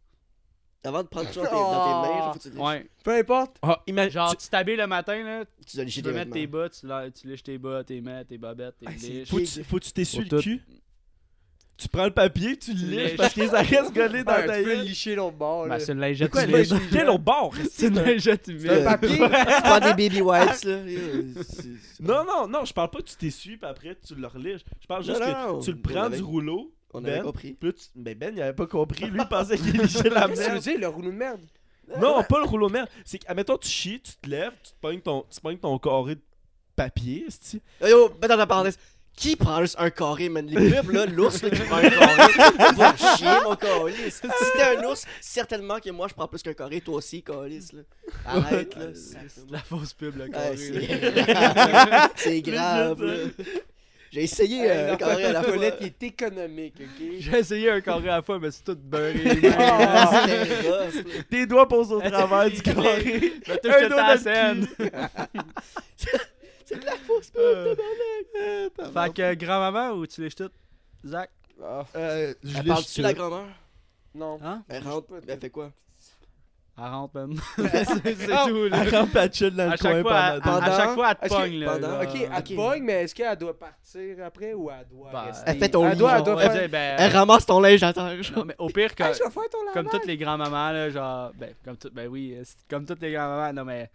Avant de prendre quelque chose dans tes mains, genre, faut que tu le lèches. Ouais. Peu importe. Ah, Euh, Genre, tu t'habilles le matin, là, Tu dois tu lécher veux tes mettre tes vêtements. bas, tu, la- tu lèches tes bas, tes mains, tes bobettes, tes Ah, c'est lèches. Faut que tu- faut que tu t'essuies Faut le tout. cul. Tu prends le papier, tu le Tu lèches lèches. parce que ça reste collé dans Ben, ta tu peux gueule. licher l'autre bord. là. Ben, c'est une lingette Quoi, humide. le- Quel au bord? C'est une lingette C'est humide. un papier. Tu prends des baby wipes, là. euh, c'est- c'est- Non, non, non, je parle pas que tu t'essuies puis après tu le reliches. Je parle juste Non, que non, tu le on prends avait- du rouleau. On Ben. avait compris. Puis là, tu- Ben, ben, il avait pas compris. Lui, il pensait qu'il lichait la Qu'est-ce que tu veux merde. dire, le rouleau de merde? Non, pas le rouleau de merde. C'est que, admettons, tu chies, tu te lèves, tu te pognes ton, tu te pognes ton carré de papier, esti. Yo, yo, mets dans ta parenthèse. Qui prend juste un carré, man? Les clubs, là, l'ours, là, qui prend un carré. Va chier, mon carré. Si t'es un ours, certainement que moi, je prends plus qu'un carré. Toi aussi, carré, là. Arrête, là. Euh, C'est de la fausse pub, le Ouais, carré. Ah, c'est- C'est grave, là. J'ai essayé Hey, euh, un non, carré à la ta fois. toilette qui est économique, ok? J'ai essayé un carré à la fois, mais c'est tout beurré. Ah, C'était rough, là. Tes doigts posent au travers du carré. Mais Un doigt touche dans ta le scène. C'est de la fausse Euh, pub. Fait que euh, grand-maman ou tu lèches tout? Zach? Ah, Euh, je Elle l'ai parle-tu la grand-mère? non. Hein? Elle rentre, mais elle fait quoi? Elle rentre, même. c'est c'est tout, là. Elle rampe la chill dans À le chaque, coin fois, à, pendant... pendant- chaque fois, elle te Est-ce que- pogne. là, pendant- genre. Ok, elle te Ah, ok. Bah, pogne, mais est-ce qu'elle doit partir après ou elle doit Ben, rester? Elle fait ton Elle lit, doit, elle genre. doit Elle faire... dit, ben, Elle ramasse ton linge à terre, genre. non, mais au pire, Hey, que, je vais faire ton lavage. comme toutes les grands-mamans, là, genre, ben, comme tout, ben oui, euh, c'est- comme toutes les grands-mamans, non, mais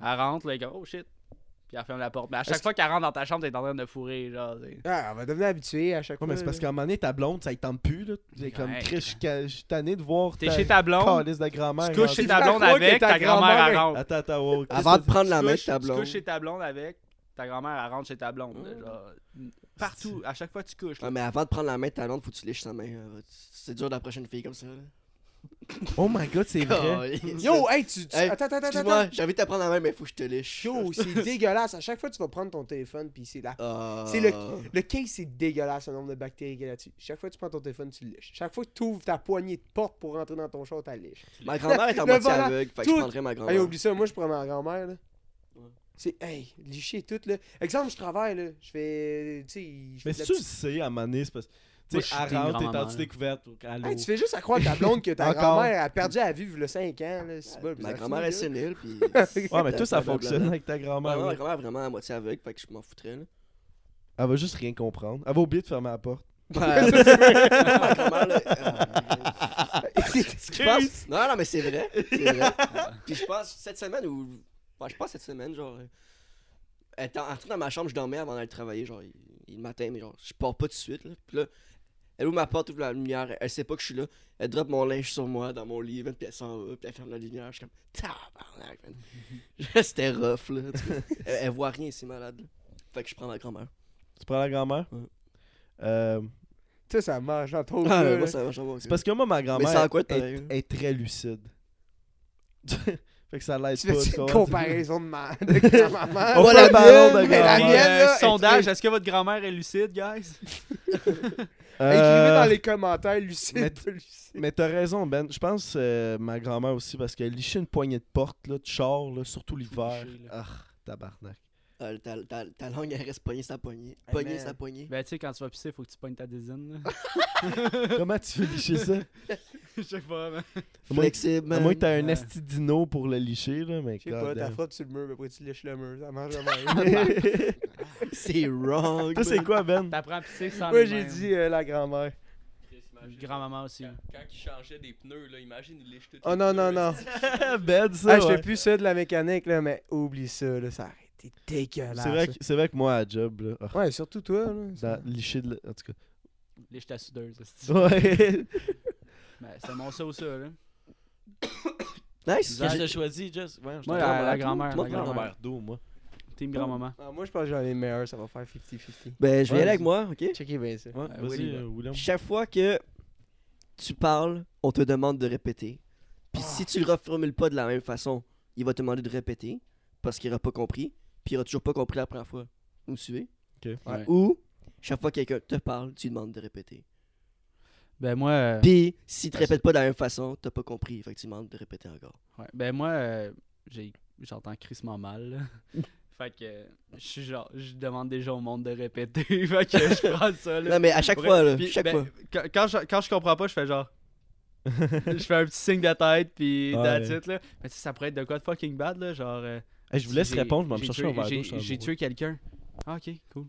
elle rentre, là, elle est comme, oh shit, puis elle ferme la porte. Mais à chaque Est-ce fois qu'elle rentre dans ta chambre, t'es en train de fourrer, genre, c'est- Ah, on va devenir habitué à chaque Ouais, fois. mais c'est parce qu'à un moment donné, ta blonde, ça y tente plus, là. J'ai comme, Ouais. Chris, je suis ca- je suis tanné de voir T'es chez ta blonde, calice de grand-mère. tu couches rentrée. chez Tu ta vas blonde croire que avec, ta ta grand-mère, elle grand-mère- rentre. Attends, attends, wow. Avant de prendre la Tu main de couches- ta Tu blonde. couches chez ta blonde Ah. avec, ta grand-mère, elle rentre chez ta blonde, là, genre, partout, à chaque fois que tu couches, là. Ouais, mais avant de prendre la main de ta blonde, faut que tu lèches sa main. euh, C'est dur d'approcher une fille comme ça. Là. Oh my god, c'est vrai. Caliste. Yo, hey, tu... tu- Hey, attends, attends, attends, Excuse-moi, attends. j'ai envie de t'apprendre la main, mais faut que je te lèche. Yo, c'est dégueulasse. À chaque fois, tu vas prendre ton téléphone, puis c'est là. Ah. C'est le, le case, c'est dégueulasse le nombre de bactéries qu'il y a là-dessus. Chaque fois que tu prends ton téléphone, tu le liches. Chaque fois que tu ouvres ta poignée de porte pour rentrer dans ton char, tu la liches. Ma grand-mère est en Le moitié volant, aveugle, fait que tout. je prendrais ma Hey, grand-mère. oublie ça, moi je prends ma grand-mère là. Ouais. C'est, hey, licher tout là. Exemple, je travaille là. Je fais, tu sais, je fais Mais de si la tu le petite- sais, à un moment donné, c'est parce que. Tu Moi, sais, je suis elle une Ah, rentre, t'es grand-maman. en dessous découverte. Allô. Hey, tu fais juste à croire ta blonde que ta Encore. grand-mère a perdu à vivre le 5 ans là. c'est pas- Ma ça grand-mère est finit, sénile, puis. là. Ouais, mais tout ça Blablabla. fonctionne avec ta Ma Ah, grand-mère. grand-mère ouais. est vraiment à moitié aveugle, fait que je m'en foutrais. Là. Elle va juste rien comprendre. Elle va oublier de fermer la porte. Ma ma grand-mère, là. ah, Tu Je pense. Non, non, mais c'est vrai. C'est vrai. Puis je pense, cette semaine ou. ouais, je pense cette semaine, genre. euh, Elle était entrée dans ma chambre, je dormais avant d'aller travailler, genre, il, il m'atteint, mais genre, je pars pas tout de suite, là. Puis là, elle ouvre ma porte, ouvre la lumière, elle sait pas que je suis là, elle drop mon linge sur moi dans mon lit, man, puis elle s'en va, puis elle ferme la lumière, je suis comme, tabarnak, man. C'était rough, là. tu sais. elle, elle voit rien, c'est malade, là. Fait que je prends ma grand-mère. prends la grand-mère? Ouais. Euh, Ça, ça marche dans ton Ah, cas, ouais, là. moi, ça va, j'en vois C'est parce que moi, ma Mais ça grand-mère a quoi de est, pareil? est très lucide. fait que ça l'aide Tu pas. fais tu une comprends? comparaison de ma de grand-maman. On Moi, fait la le ballon de mienne, mais la grand-mère. mienne, là, Euh, est- sondage, est-ce que votre grand-mère est lucide, guys? Écrivez Euh, dans les commentaires, Lucide. mais- pas Lucide. Mais t'as raison, Ben. Je pense euh, ma grand-mère aussi, parce qu'elle lichait une poignée de porte, là, de char, là, surtout l'hiver. licher, là. Ah, tabarnak. Ah, Ta, ta- ta langue, elle reste poignée sa poignée. Hey, Poignée man. sa poignée. Ben, tu sais, quand tu vas pisser, faut que tu pognes ta désigne, là. Comment tu veux licher ça? Je sais pas, man. À moins que- Flexible, à man. moins que t'as un Euh. esti dino pour le licher, là, mais Je sais pas, t'as goddamn. frappé sur le mur, mais après tu lèches le mur, ça marche jamais. C'est wrong. Toi, c'est man. quoi, Ben? T'apprends à pisser sans Moi les j'ai mains. euh, dit euh, la grand-mère. Grand-maman aussi. Quand, quand il changeait des pneus, là, imagine, il lèche tout. Ah, Oh non, non, non. ben, ça, Ah, je ouais. fais plus ça de la mécanique là, mais oublie ça, là, ça arrête. T'es dégueulasse. C'est vrai, que- c'est vrai que moi, à job, là, ah, Ouais, surtout toi, là. dans- licher de... la- En tout cas. Lèche ta soudeuse, c'est Ouais. Ben, c'est mon ça ou ça, là. Nice. Zach. J'ai- choisi, Jess? Ouais, Moi, la, la grand-mère, Moi, la grand-mère. grand-mère d'eau, moi. Team grand-maman. Ah, moi, je pense que j'en ai le meilleur, ça va faire 50-50. Ben, je vais Ouais, aller avec vas-y. moi, ok? Checkez bien ça. Ouais, Euh, vas-y, Willy, euh, William. Chaque fois que tu parles, on te Ah. demande de répéter. Puis si tu le reformules pas de la même façon, il va te demander de répéter. parce qu'il aura pas compris, puis il aura toujours pas compris la première fois. Vous me suivez? Ouais. Ou, chaque fois que quelqu'un te parle, tu lui demandes de répéter. Ben moi, euh, Puis, s'il te Ouais, répète pas de la même façon, t'as pas compris, fait que tu lui demandes de répéter encore. ouais, ben moi euh, j'ai- j'entends crissement mal. là. fait que je suis genre, je demande déjà au monde de répéter. fait que je prends ça. Là. Non, mais à chaque Pour fois, vrai. là, Puis, chaque ben, fois. Quand, quand je, quand je comprends pas, je fais genre. je fais un petit signe de tête, puis Ouais. that's it, là. Mais tu sais, ça pourrait être de quoi de fucking bad, là. Genre. euh, Hey, Eh, je vous laisse j'ai- répondre, je vais me j'ai chercher tué- un verre d'eau. j'ai- je suis J'ai amoureux. tué quelqu'un. Ah, ok, cool.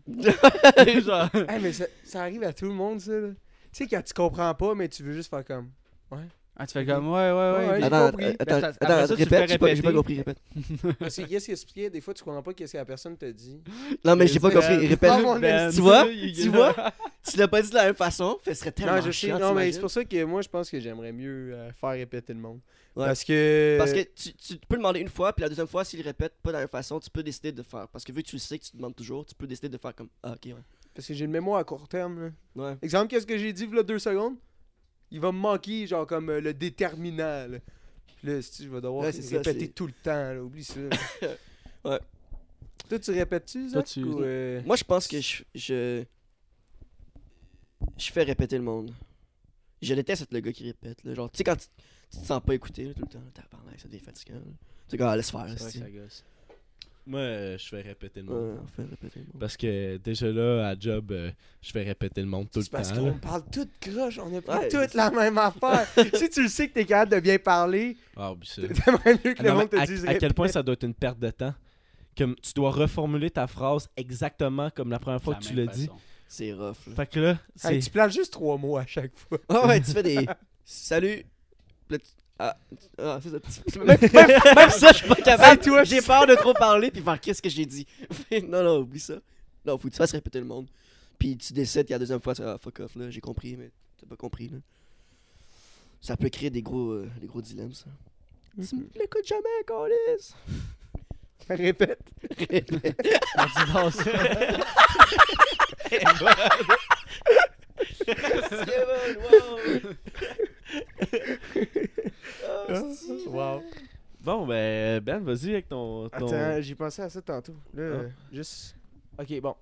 genre. Hey, mais ça, ça arrive à tout le monde, ça. là. Tu sais, quand tu comprends pas, mais tu veux juste faire comme. Ah, tu fais comme. Ouais, ouais, ouais. Ouais, puis- j'ai Attends, compris. attends, Ben, ça- attends, après ça, tu le répète, fais j'ai pas, j'ai répéter. pas compris, répète. Parce que qu'est-ce qu'il expliquait Des fois, tu comprends pas qu'est-ce que la personne te dit. Non, mais j'ai pas Ben, compris, répète. Ah, mon Ben, Tu vois? il- Tu vois? Tu l'as pas dit de la même façon, fait ce serait tellement Non, je sais. chiant, Non, mais c'est t'imagines? pour ça que moi, je pense que j'aimerais mieux euh, faire répéter le monde. Ouais. Parce que. Parce que tu, tu peux demander une fois, puis la deuxième fois, s'il répète pas de la même façon, tu peux décider de faire. Parce que vu que tu le sais que tu demandes toujours, tu peux décider de faire comme Ah, ok, ouais. Parce que j'ai une mémoire à court terme, là. Ouais. Exemple, qu'est-ce que j'ai dit, là, deux secondes Il va me manquer, genre, comme euh, le déterminant, là. Puis là, si, je vais devoir Ouais, c'est ça, répéter c'est- tout le temps, là. Oublie ça. Ouais. Toi, tu répètes-tu, Toi, Zach, tu- ou, euh, Moi, je pense que je, je. je fais répéter le monde. Je déteste être le gars qui répète. Là. Genre, tu sais, quand tu, tu te sens pas écouté là, tout le temps, tabarnak, ça devient fatigant. là. Tu sais, comme, Ah, laisse faire. C'est vrai que c'est- ça gosse. Moi, euh, je fais répéter le monde. Ouais, on fait répéter le monde. Parce que déjà là, à job, euh, je fais répéter le monde tout le C'est parce temps. qu'on là. parle toutes croche, on a pas Ouais, toutes c'est- la même affaire. si tu le sais que t'es capable de bien parler, Ah, oublie ça. t'aimerais mieux que Ah le non, monde mais te à- dise à, quel répète. point ça doit être une perte de temps. Comme tu dois reformuler ta phrase exactement comme la première fois De que la tu même l'as dit. façon. C'est rough. là. Fait que là, Hey, c'est. tu places juste trois mots à chaque fois. Ah ouais, tu fais des. Salut. Là, tu- Ah, ah, c'est ça. tu- Même, même- même ça, je suis pas capable. J'ai peur de trop parler puis faire qu'est-ce que j'ai dit. non, non, oublie ça. Non, faut que tu fasses répéter le monde. Puis tu décides qu'il y a la deuxième fois, tu fais, ah, fuck off, là, j'ai compris, mais t'as pas compris, là. Ça peut créer des gros, euh, des gros dilemmes, ça. Tu m'écoutes jamais, Colis! Répète. Ah, dis donc ça. Wow. Bon, ben, Ben, vas-y avec ton. ton- Attends, j'ai pensé à ça tantôt. Là, Ah. euh, juste. Ok, bon.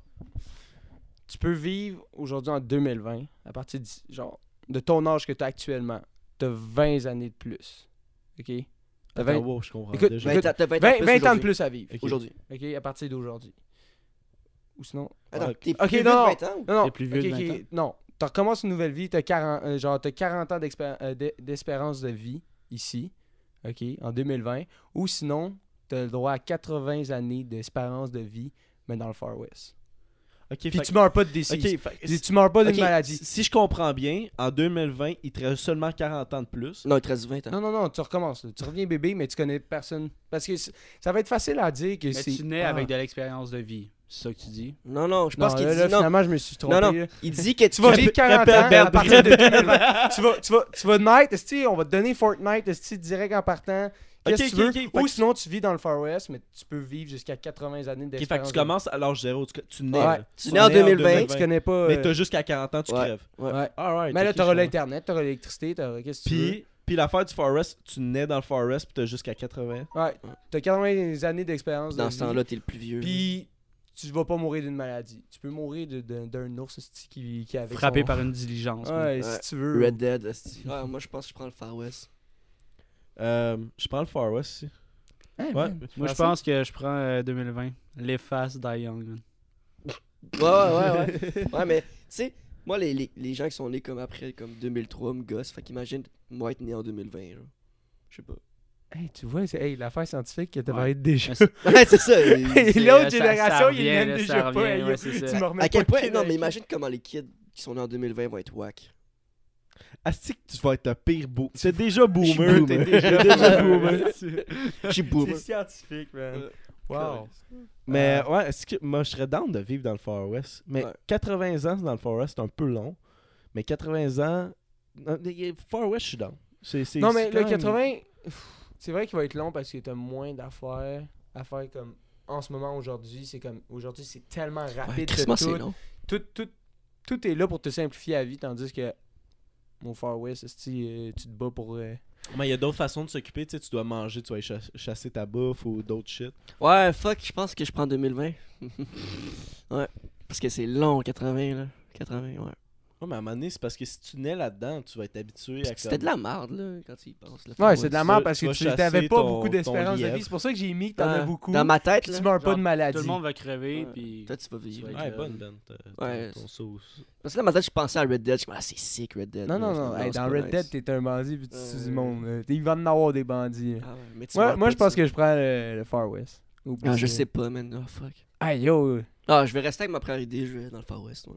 Tu peux vivre aujourd'hui en 2020, à partir de, genre, de ton âge que tu as actuellement. Tu as 20 années de plus. Ok? T'as Attends, 20, wow, je comprends. Écoute, déjà. écoute, 20 20 ans de plus à vivre. Ok. Aujourd'hui. Ok? À partir d'aujourd'hui. Ou sinon. Attends, Ok. t'es plus Ok, vieux de non. 20 ans ou- Non, non. T'es plus vieux ok, de ok, 20 ans. Non. Tu recommences une nouvelle vie. Tu as 40, euh, genre, t'as 40 ans d'expé- euh, d'e- d'espérance de vie ici, OK, en 2020. Ou sinon, tu as le droit à 80 années d'espérance de vie, mais dans le Far West. Ok, Puis fait- tu meurs pas de décès. ok, fait- Tu meurs pas d'une ok, maladie. Si je comprends bien, en 2020, il te reste seulement 40 ans de plus. Non, il te reste 20 ans. Non, non, non, tu recommences. là. Tu reviens bébé, mais tu connais personne. Parce que c- ça va être facile à dire que Mais c'est. tu nais Ah. avec de l'expérience de vie. C'est ça que tu dis. Non, non, je Non, pense qu'il là, là, dit non. finalement, je me suis trompé. Non, non. là. Il dit que tu Tu vas vas vivre 40 ans à partir de 2020. tu, vas, tu, vas, tu vas naître, esti, on va te donner Fortnite esti, direct en partant. Qu'est-ce Ok, ok, que tu veux? ok, fait Ou que- sinon, tu vis dans le Far West, mais tu peux vivre jusqu'à 80 années Ok, fait que d'expérience. tu commences à l'âge zéro. Tu, tu nais. Ouais. là. Tu nais en 2020. Tu connais pas. Mais euh, t'as jusqu'à 40 ans, tu Ouais. crèves. Ouais. Ouais. Alright. Mais là, ok, t'auras je comprends. l'Internet, t'auras l'électricité, t'auras. Qu'est-ce que tu veux? Puis, puis l'affaire du Forest, tu nais dans le Forest, puis t'as jusqu'à 80 ans. Ouais, t'as 80 années d'expérience. Dans de ce vie. temps-là, t'es le plus vieux. Puis, tu vas pas mourir d'une maladie. Tu peux mourir de- de- d'un ours esti, qui, qui avait. Frappé son- par une diligence. moi. Ouais, Ouais. si tu veux. Red Dead, esti. Ouais, moi je pense que je prends le Far West. Euh, je prends le Far West aussi. Hein, Ouais. Moi, je pense que je prends euh, 2020. Les faces Die Young. man. Ouais, ouais, ouais, ouais. ouais, mais tu sais, moi les, les, les gens qui sont nés comme après, comme 2003, me gossent. Fait qu'imagine moi être né en 2020, genre. Je sais pas. Hey, tu vois, c'est- hey, l'affaire scientifique que t'as Ouais. parlé déjà. Mais c'est- Ouais, c'est ça. les- Et c'est- l'autre ça- ça génération, ils revient, l'aiment là, ça déjà pas, revient, yo. ouais, c'est ça. Tu me remets à quel pas point. pied Non, dans mais le imagine comment les kids qui sont nés en 2020 vont être whack. Asti que tu vas être le pire boomer. T'es déjà Je suis boomer. T'es boomer. déjà, déjà boomer. Je suis cul. boomer. C'est scientifique, man. Ouais. Wow. Mais ouais, est-ce que moi je serais down de vivre dans le Far West. Mais Ouais. 80 ans dans le Far West, c'est un peu long. Mais 80 ans. non, mais Far West, je suis down. C'est- c'est- Non, c'est mais le quand même- 80, pff, c'est vrai qu'il va être long parce que t'as moins d'affaires à faire comme en ce moment aujourd'hui. C'est comme aujourd'hui, c'est tellement Ouais, rapide. que Christmas, c'est tout, long. tout, tout, tout est là pour te simplifier la vie, tandis que mon Far West, esti, euh, tu te bats pour. euh, Mais il y a d'autres façons de s'occuper, tu sais, tu dois manger, tu dois aller cha- chasser ta bouffe ou d'autres shit. Ouais, fuck, je pense que je prends 2020. ouais, parce que c'est long, 80, là. 80, ouais. Ouais, mais à un moment donné, c'est parce que si tu nais là-dedans, tu vas être habitué à C'était de la merde, là, quand tu y penses. là. Ouais, c'est de la ça, merde parce tu que vas tu t'avais chasser pas ton- beaucoup ton d'espérance de vie. lièvre. C'est pour ça que j'ai mis que t'en as Dans- beaucoup. Dans ma tête, Puis là. tu meurs pas Genre, de maladie. Tout le monde va crever, Ouais. puis Toi, tu vas vivre. Ouais. Ouais, bonne, Ben. t'as- t'as- Ouais, ton c'est- sauce. Parce que dans ma tête, je pensais à Red Dead. Je me dis, ah, c'est sick, Red Dead. Non, là, non, c'est non. pas- Hey, ah, c'est dans pas Red nice. Dead, t'es un bandit puis tu tues Euh. du monde. là. Il va en avoir des bandits. Ah ouais, mais tu Moi, meurs moi pas je pense dessus. que je prends le, le Far West. Ou Ah, je parce que- sais pas, man. Oh, fuck. Hey, yo. Ah, je vais rester avec ma première idée, je vais dans le Far West, moi.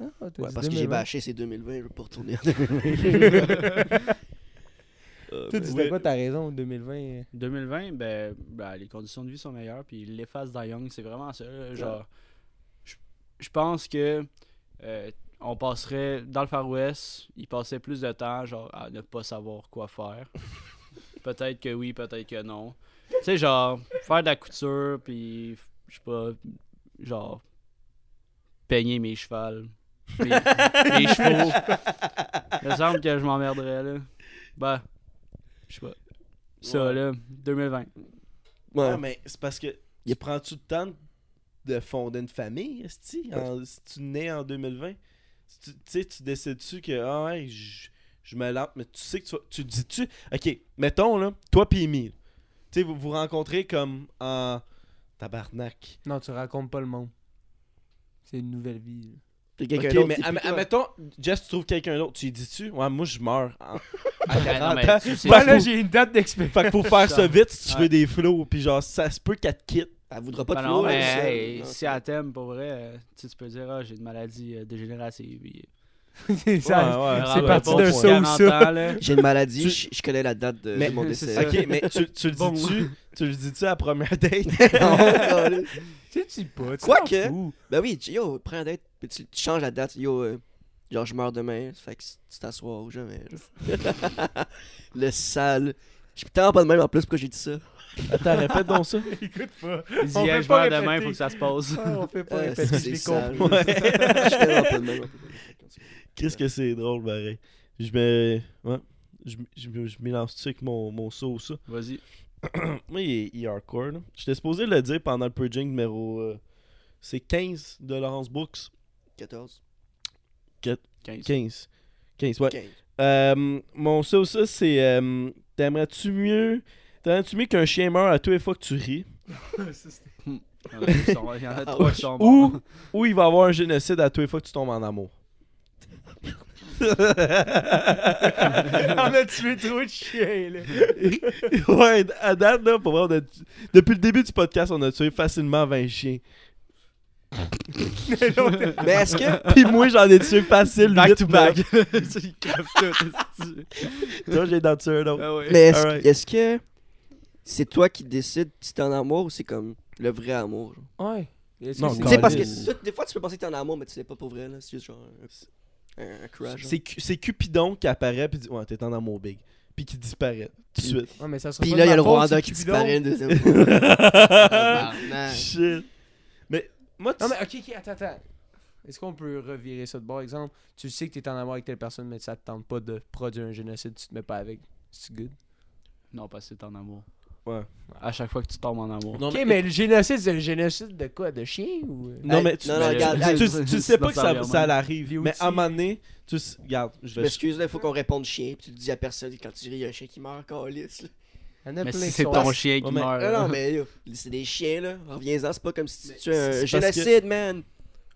Ah, t'as Ouais, dit parce que j'ai 2020. bâché, c'est 2020, je veux pas retourner en 2020. Ah, Euh, Tu ben mais- disais quoi, t'as raison, 2020. 2020, ben, ben, les conditions de vie sont meilleures, puis l'efface d'Young, c'est vraiment ça. là, Genre, je- je pense que euh, on passerait dans le Far West, il passait plus de temps, genre, à ne pas savoir quoi faire. peut-être que oui, peut-être que non. Tu sais, genre, faire de la couture, puis, je sais pas, genre, peigner mes chevals. Mes, mes chevaux. Il me semble que je m'emmerderais, là. Ben, je sais pas. Ça, Ouais. là, 2020. Ah, Ouais. mais c'est parce que. Y a- Tu prends-tu le temps de fonder une famille, esti, en- si tu nais en 2020? Si Tu tu sais, tu décides-tu que, ah ouais, je je me lance, mais tu sais que tu, vas- tu dis-tu, ok, mettons là, toi pis Emile, tu sais, vous vous rencontrez comme en tabarnak. Non, tu racontes pas le monde. C'est une nouvelle vie. là. T'es Ok, quelqu'un d'autre mais qui admet- pique, là. admettons, Jess, tu trouves quelqu'un d'autre, tu lui dis-tu, ouais, moi je meurs en- à Ben non, 40 mais ans. tu sais- Ben, Ouais, Bah, là, faut- j'ai une date d'expérience. Fait que faut faire ça vite si tu Ouais. veux des flots, pis genre, ça se peut qu'elle te quitte. Elle voudra pas de Ben non, flow, mais elle, hey, ça. Non, si à thème, pour vrai, euh, tu sais, tu peux dire, ah, j'ai une maladie euh, dégénérative. puis, C'est ça. Ouais, ouais, euh, ouais, c'est ouais, parti bon d'un point. saut. ça ou ça. là. J'ai une maladie, Tu- je je connais la date de Mais- de mon décès. ça. Ok, mais tu, tu le Bon. dis-tu, tu le dis-tu à la première date? Non, calé. Tu sais, tu dis pas. tu Quoique. t'en fous. ben oui, tu- yo, prends la date, puis tu, tu changes la date, yo, euh, genre je meurs demain, fait que tu t'assois ou jamais. là. Le sale. Je suis tellement pas de même en plus, pourquoi j'ai dit ça? Attends, répète donc ça. Écoute pas. Il dit, On hey, peut je pas meurs demain, répéter. faut que ça se passe. Ah, on fait pas Euh, répéter, je c'est l'ai sale. compris. Je suis tellement pas de même. Qu'est-ce que c'est drôle, pareil. Je me. Ouais. Je, me- je, me- je mélange-tu avec mon, mon saut, ça? Vas-y. Moi, il est, il est hardcore, là. J'étais supposé le dire pendant le purging numéro. euh, c'est 15 de Laurence Brooks. 14. 15. 15. 15, ouais. 15. Euh, mon ça ou ça, c'est. euh, T'aimerais-tu mieux. T'aimerais-tu mieux qu'un chien meure à tous les fois que tu ris Il y en a qui Ah, sont- il y en Ah, a trois qui sont Ou- morts. ou il va y avoir un génocide à tous les fois que tu tombes en amour On a tué trop de chiens, là. ouais, à date, là, pour vrai, on a- depuis le début du podcast, on a tué facilement 20 chiens. Mais est-ce que. Puis moi, j'en ai tué facile Back huit, to là. back. Ils crèvent tous, Toi, j'ai dans tué un autre. Ah ouais. Mais est-ce Alright. est-ce que. C'est toi qui décides si t'es en amour ou c'est comme le vrai amour? genre? Ouais. Est-ce Non, que c'est- Tu sais, parce Calice. que tout- des fois, tu peux penser que t'es en amour, mais tu sais pas pour vrai, là. C'est juste genre un, un, un crush. genre. C'est Cu- C'est Cupidon qui apparaît, puis dit Ouais, t'es en amour big. Puis qui disparaît tout de suite. Ouais, mais ça sera Pis pas là, de il y a ma le faute, Rwanda c'est qui Cupidon. disparaît une deuxième fois. Tabarnak. Shit. Mais moi, tu. Non, mais ok, ok, attends, attends. Est-ce qu'on peut revirer ça de bord? Exemple, tu sais que t'es en amour avec telle personne, mais ça te tente pas de produire un génocide, tu te mets pas avec. C'est good. Non, parce que c'est en amour. Ouais. À chaque fois que tu tombes en amour. Non, Ok, mais le génocide, c'est le génocide de quoi? De chien ou. euh? Non, Hey, mais tu, non, non, tu- regarde, tu- hey, tu- c'est- tu c'est sais pas que ça, bizarre, ça man. arrive. Mais à un moment donné, tu sais- regarde, je Je vais. m'excuse, là, il faut qu'on réponde chien. Puis tu le dis à personne quand tu ris, il y a un chien qui meurt, calice. là. Il y en a Mais plein si qui c'est sont- ton chien qui Ouais, mais- meurt. Non, non, là. mais yo, c'est des chiens, là. Reviens-en, c'est pas comme si tu tuais c'est un parce génocide, man.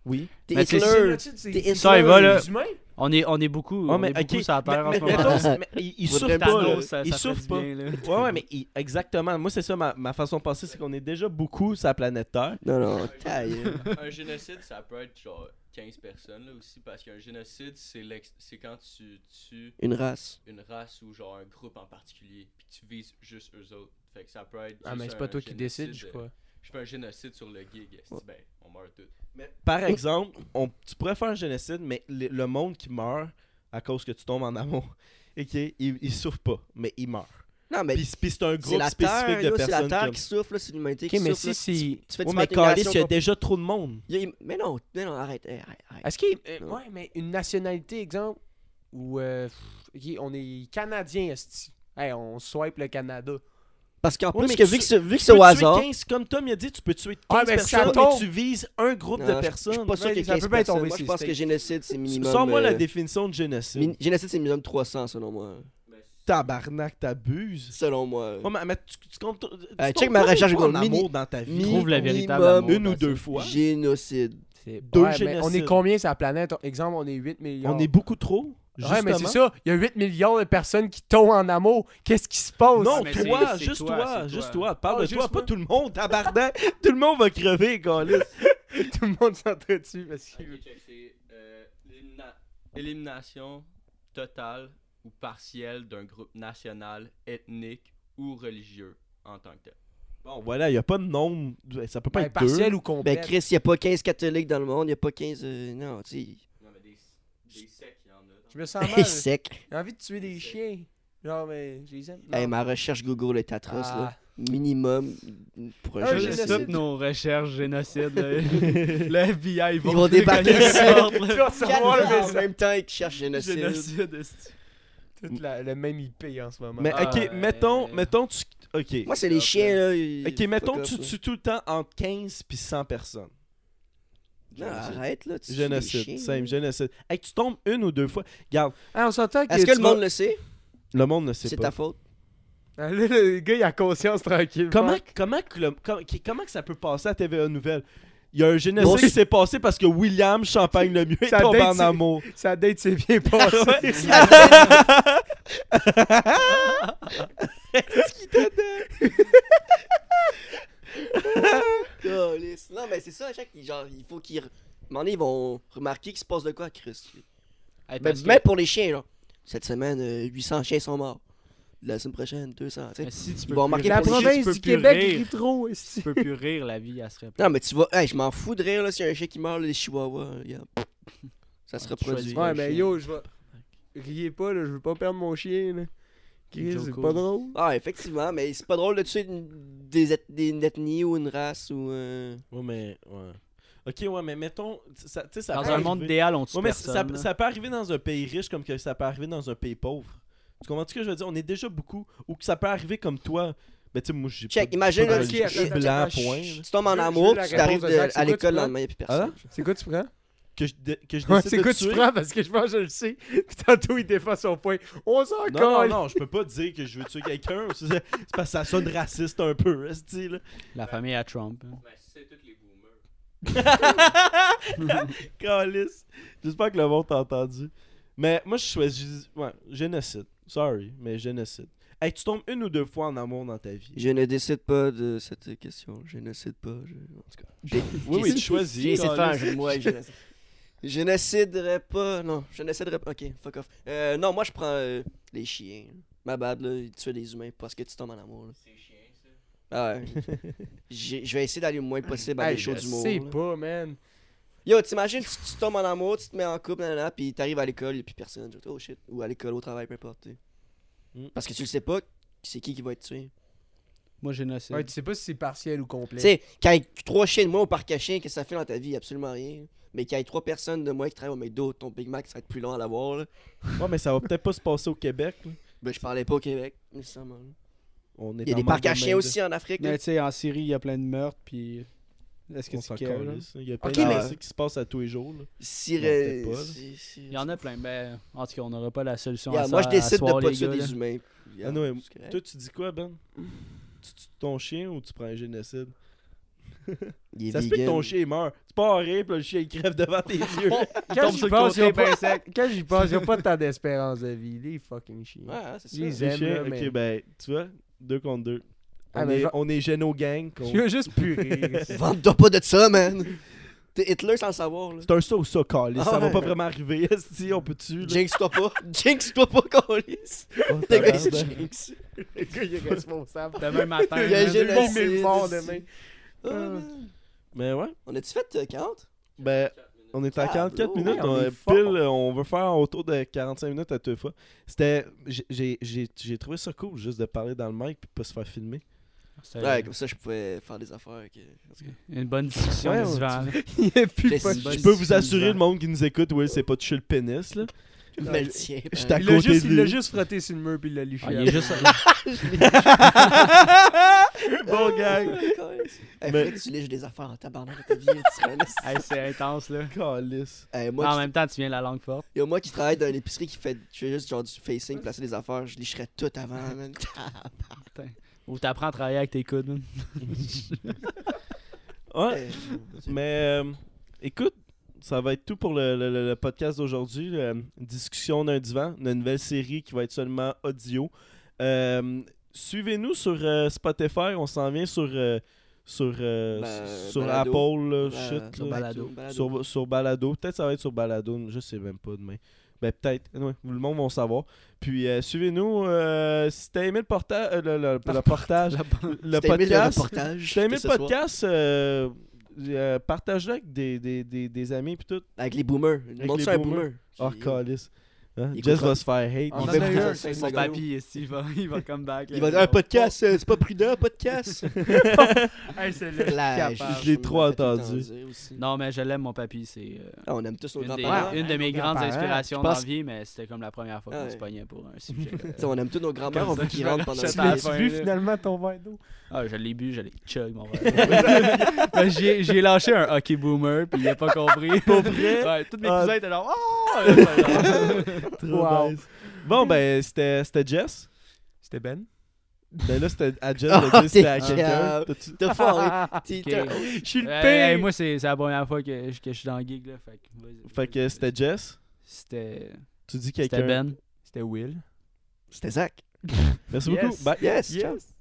Oui. T'es Mais Le c'est- Hitler. génocide, c'est- T'es Hitler. Ça, il va, là. Les humains? On est, on est beaucoup, Ouais, on mais est beaucoup ok. sur la terre en Mais- ce mais moment. mettons, mais il, il souffre Faudrait pas, Thanos, là. ça, Il ça fait souffre du pas. bien, là. Ouais, ouais, mais il- exactement. Moi, c'est ça ma, ma façon de penser, c'est qu'on est déjà beaucoup sur la planète Terre. Non, non, taille. un génocide, ça peut être genre 15 personnes là aussi, parce qu'un génocide, c'est l'ex- c'est quand tu tues Une race. une race ou genre un groupe en particulier, puis tu vises juste eux autres. Fait que ça peut être. Ah, juste mais c'est pas un toi qui génocide, décides, je euh, crois. Je fais un génocide sur le gig, esti, Ouais. ben, on meurt tous. Par exemple, on, tu pourrais faire un génocide, mais le, le monde qui meurt à cause que tu tombes en amour, et il, il souffre pas, mais il meurt. Non, mais. Puis, puis c'est un Ben, C'est groupe la spécifique terre, de yo, c'est la personnes. terre comme- qui souffle, là, c'est l'humanité Ok, qui mais souffle. si là. c'est. Tu fais Ouais, du mais Calis, il y a déjà trop de monde. Mais non, mais non, arrête, hey, arrête, arrête. Est-ce qu'il. euh, Non. ouais, mais une nationalité, exemple, où. euh, pff, ok, on est Canadien, esti. Hey, on swipe le Canada. Parce qu'en Ouais, plus, mais que tu- vu que c'est- vu que Tu c'est peux au tuer hasard. 15, comme Tom il a dit, tu peux tuer 15 Ah, mais ça personnes, tombe. mais tu vises un groupe Non, de Ah, je- personnes. Ben, Je suis pas sûr Ouais, que ça 15 peut bien tomber personnes. Moi, je sur pense les que génocide, c'est minimum. Sors-moi la euh, définition de génocide. min- Génocide, c'est minimum 300, selon moi. Tabarnak, t'abuses. Selon moi. Ouais, mais, mais tu, tu comptes. tu Euh, check comptes ma combien de recherche fois en Google. amour Mini- dans ta vie. mi- Trouve la minimum véritable amour Une ou dans deux ça. fois. Génocide. Deux Ouais, mais on est génocides. combien sur la planète? Exemple, on est 8 millions. On est beaucoup trop. Ouais, mais c'est justement. ça. Il y a 8 millions de personnes qui tombent en amour. Qu'est-ce qui se passe? Non, mais toi, c'est- c'est juste toi, toi, c'est juste toi. toi. Parle Ah, de toi, juste pas moi. tout le monde, tabarnak. tout le monde va crever, câlisse. tout le monde s'entretue parce que. Ah, Ok, check, c'est euh, l'élimina- élimination totale ou partielle d'un groupe national, ethnique ou religieux en tant que tel. Bon, voilà, il n'y a pas de nombre. Ça peut pas Ben, être deux. partiel ou complet. Ben, Chris, il a pas 15 catholiques dans le monde, il a pas 15. euh, non, tu Non, mais des, des sectes, il y en a. Je me sens sais. mal. sec. J'ai envie de tuer des chiens. Genre, mais je les aime. Hey, Non. Ben, ma recherche Google est atroce, là. Minimum pour un Ah, Je génocide. stoppe nos recherches génocide. là. le FBI, ils vont, Ils vont débarquer Ils ici. sortent, là. Tu vas recevoir le en message. même temps qu'ils cherchent génocide. Génocide. esti. Toute la- le même IP en ce moment. Mais Ah, Ben, ok, ouais. mettons, mettons, tu. Ok. Moi, c'est les chiens, là. ils- Ok, mettons, fuck tu off, tues tout le temps entre 15 puis 100 personnes. là. Non, arrête, là. tu tues des chiens, Génocide, simple, là. génocide. Hey, tu tombes une ou deux fois. Regarde, Ah, on s'entend que. Est-ce que tu le vas- monde le sait le monde ne sait C'est pas. ta faute. Ah, Là, le gars, il a conscience tranquille. Comment, Fuck. comment, que le- com- qui- comment que ça peut passer à TVA Nouvelle Il y a un génocide Bon, qui s'est passé parce que William Champagne le mieux Ça tombe date, en c'est- amour. Sa date s'est bien passée. Calisse. Non, mais c'est ça, Jack. il- Genre, il faut qu'ils. re- un moment donné, ils vont remarquer qu'il se passe de quoi, Chris. Hey, Mais parce que- même pour les chiens, là. Cette semaine, euh, 800 chiens sont morts. La semaine prochaine, 200. tu sais. mais euh, si tu Ils peux vont plus marquer rire- La pour les chiens, tu province peux du plus Québec rire. rit trop. Tu esti. peux plus rire, la vie, elle serait Non, mais tu vas. Hey, je m'en fous de rire, là, s'il y a un chien qui meurt, là, les chihuahuas. là, regarde. Ça se Ouais, tu reproduit. choisis. Ouais, Ouais, mais chien. yo, je vais. Riez pas, là, je veux pas perdre mon chien, là. Chris, Joe c'est Cool. pas drôle. Ah, effectivement, mais c'est pas drôle de tuer une- des, eth- des une ethnie ou une race ou. euh, Ouais, mais. Ouais. Ok, ouais, mais mettons. Ça, tu sais, ça Dans peut un arriver. monde idéal, on tue Ouais, mais ça- personne. ça, là. ça peut arriver dans un pays riche comme que ça peut arriver dans un pays pauvre. Tu comprends ce que je veux dire? On est déjà beaucoup. Ou que ça peut arriver comme toi. Ben, tu sais, moi, j'ai Check, pas de- imagine, pas de là, religion. ok, Je suis attends, blanc, attends, point. chut. là. Tu tombes en Je- amour, je- la tu t'arrives réponse de Zach, de- c'est à quoi, l'école tu le prends? lendemain, y'a plus personne. C'est quoi tu prends? Que je, dé- que je Ouais, décide c'est de quoi tu tuer. prends? Parce que je pense que je le sais. Puis tantôt, il défend son point. On s'en Non, non, colle. non, je peux pas dire que je veux tuer quelqu'un. C'est c'est parce que ça sonne raciste un peu, esti, là. La famille à Trump. hein. Mais c'est tous les boomers. Calice. J'espère que le monde t'a entendu. Mais moi, je choisis. Ouais, génocide. Sorry, mais génocide. Hey, tu tombes une ou deux fois en amour dans ta vie. Je ne décide pas de cette question. Je ne décide pas. Je... En tout cas. Oui, oui, tu J'ai choisis. hein, essayé de faire un calice. jeu de mots avec génocide. Je n'essaierai pas. Non, je n'essaierai pas. Ok, fuck off. Euh, non, moi je prends euh, les chiens. Ma bad, là, ils tuent des humains parce que tu tombes en amour. là. C'est chiant, ça. Ah ouais. J'ai- Je vais essayer d'aller le moins possible à Hey, des je shows d'humour. sais là. pas, man. Yo, t'imagines, tu, tu tombes en amour, tu te mets en couple, nanana, puis t'arrives à l'école, et puis personne. Genre, oh shit. Ou à l'école, au travail, peu importe. tu sais. Mm. Parce que tu le sais pas, c'est qui qui va être tué. Moi, génocide. Ouais, tu sais pas si c'est partiel ou complet. Tu sais, quand il y a trois chiens de moi au parc à chiens, qu'est-ce que ça fait dans ta vie Absolument rien. Mais qu'il y ait trois personnes de moi qui travaillent au McDo, ton Big Mac, ça va être plus long à l'avoir. là. Ouais, mais ça va peut-être pas se passer au Québec. là. Ben, je parlais pas au Québec, nécessairement. là. On est Il y a en des manque parcs de à chiens main-d'œuvre. aussi en Afrique. là. Mais tu sais, en Syrie, il y a plein de meurtres, puis. Est-ce que On tu s'en cares, là? calisse, là. Il y a plein Ok, de mais- choses qui se passent à tous les jours. là. Si- Non, peut-être pas, là. si- si- Il y en a plein, mais en tout cas, on n'aura pas la solution à Regarde, ça. moi, je à décide soir, de pas les tuer gars, là. des humains. Regarde, Ah, ouais, c'est correct. Toi, tu dis quoi, Ben Tu tues ton chien ou tu prends un génocide Il est Ça se peut que vegan. ton chien meurt. Tu pars en rire, puis le chien il crève devant tes yeux. Quand tombe sur j'y le pense, côté y a ben pas... Quand j'y pense, y a pas tant d'espérance de vie. Les fucking chiens. Ouais, hein, c'est ça. Les Les aime, chiens, là, ok, mais- ben, tu vois, deux contre deux. On, Ah, mais est, je- on est géno gang. qu'on- Je veux juste plus rire. Vente-toi pas de ça, man! T'es Hitler sans le savoir, là. C'est un ça ou ça, câlisse. Ah ça va ouais. pas vraiment arriver. Si, on peut-tu. là? Jinx-toi pas! Jinx-toi pas, Colis! Oh, Ah, Le ben. gars, il se tabarnak. jinx! Le gars, il est responsable. Demain matin, Il y a là, un génocide. J'ai mis mort demain. Ah, man. Mais ouais, On a-tu fait euh, 40? ben, on est à Ah, 44 bro. minutes. Hey, oh, on, on est est fort. pile, euh, on va faire autour de 45 minutes à deux fois. C'était. j'ai- J'ai j'ai- j'ai trouvé ça cool juste de parler dans le mic puis pas se faire filmer. c'est Ouais, comme ça, je pouvais faire des affaires. Que... Une bonne discussion Ouais, du ouais, vent, là. Il est plus J'ai- Ben, fucking- Ah, Je peux vous assurer, le monde qui nous écoute, oui, c'est pas toucher le pénis, là. Mais le tien. J'étais pareil. à Il l'a côté juste, de il l'a lui. juste frotté sur le mur puis il l'a liché. Ah, il est juste. Bon gang. Hey, Mais- Eh, faudrait que tu lèches des affaires en tabarnak de ta vie. tu serais un esti. Hey, c'est intense, là. Calice. Hey, en moi, même temps, tu viens de la langue forte. qui- yo, moi qui travaille dans une épicerie qui fait je fais juste genre du facing, placer des affaires, je licherais tout avant, man. Ah, Ou t'apprends à travailler avec tes coudes, man. Ouais, Hey, mais euh, écoute, ça va être tout pour le, le- le- le podcast d'aujourd'hui. euh, discussion d'un divan, une nouvelle série qui va être seulement audio. Euh, Suivez-nous sur euh, Spotify, on s'en vient sur, euh, sur, euh, Ben, sur Balado. Apple, là, euh, shit, sur là. Balado. sur, sur Balado. Peut-être ça va être sur Balado, je sais même pas demain. Ben peut-être, Anyway, le monde va savoir. Puis euh, suivez-nous euh, si t'as aimé le, porta euh, le, le- le portage, le Si t'as aimé podcast. Le reportage, Si t'as aimé de le ce soir, podcast, euh, euh, partage-le avec des, des, des, des amis puis tout. Avec les boomers. Montre les ça à un boomers. boomer. Oh, Puis, calice. Hein? Il Jess écoutera- va se faire On hate. en Il a va- eu un, c'est Mon Instagram. papy, ici, il va, il va come back. Il va dire un podcast, euh, c'est pas prudent, podcast. Hey, c'est le Là, capable. je l'ai trop on l'a fait entendu. tout le temps dire aussi. Non, mais je l'aime, mon papy. C'est euh, Ah, on aime tous nos une, des- grands-parents. une de mes nos grandes grands-parents. inspirations Je pense- Ah dans la vie, mais c'était comme la première fois qu'on Ouais. se pognait pour un sujet. euh, Tu sais, On aime tous nos grands-mères, on Comme ça, veut qu'ils je rentrent pendant rachète le à la film. fin. Tu là. bu finalement ton verre d'eau. Ah, je l'ai bu, je l'ai chug, mon verre. Ben, j'ai, j'ai lâché un hockey boomer, puis il a pas compris. Pour vrai? Ouais, tous mes Ah. cousins étaient genre, oh! Ouais, ouais, ouais. Trop Wow. nice. Bon, ben, c'était c'était Jess. C'était Ben. Ben là, c'était à Jess. Ah, de dire t'es c'était à quelqu'un. capable. T'as-tu- T'as Ah foiré. T'es- Ok. t'as- Je suis Hey, hey, moi, c'est, c'est la première fois que, je- que je suis dans le gig, là. Fait que, vas-y. Fait que c'était Jess. C'était, Tu dis c'était quelqu'un. Ben. C'était Will. C'était Zach. Merci Yes. beaucoup. Bye. Yes. ciao. Yes.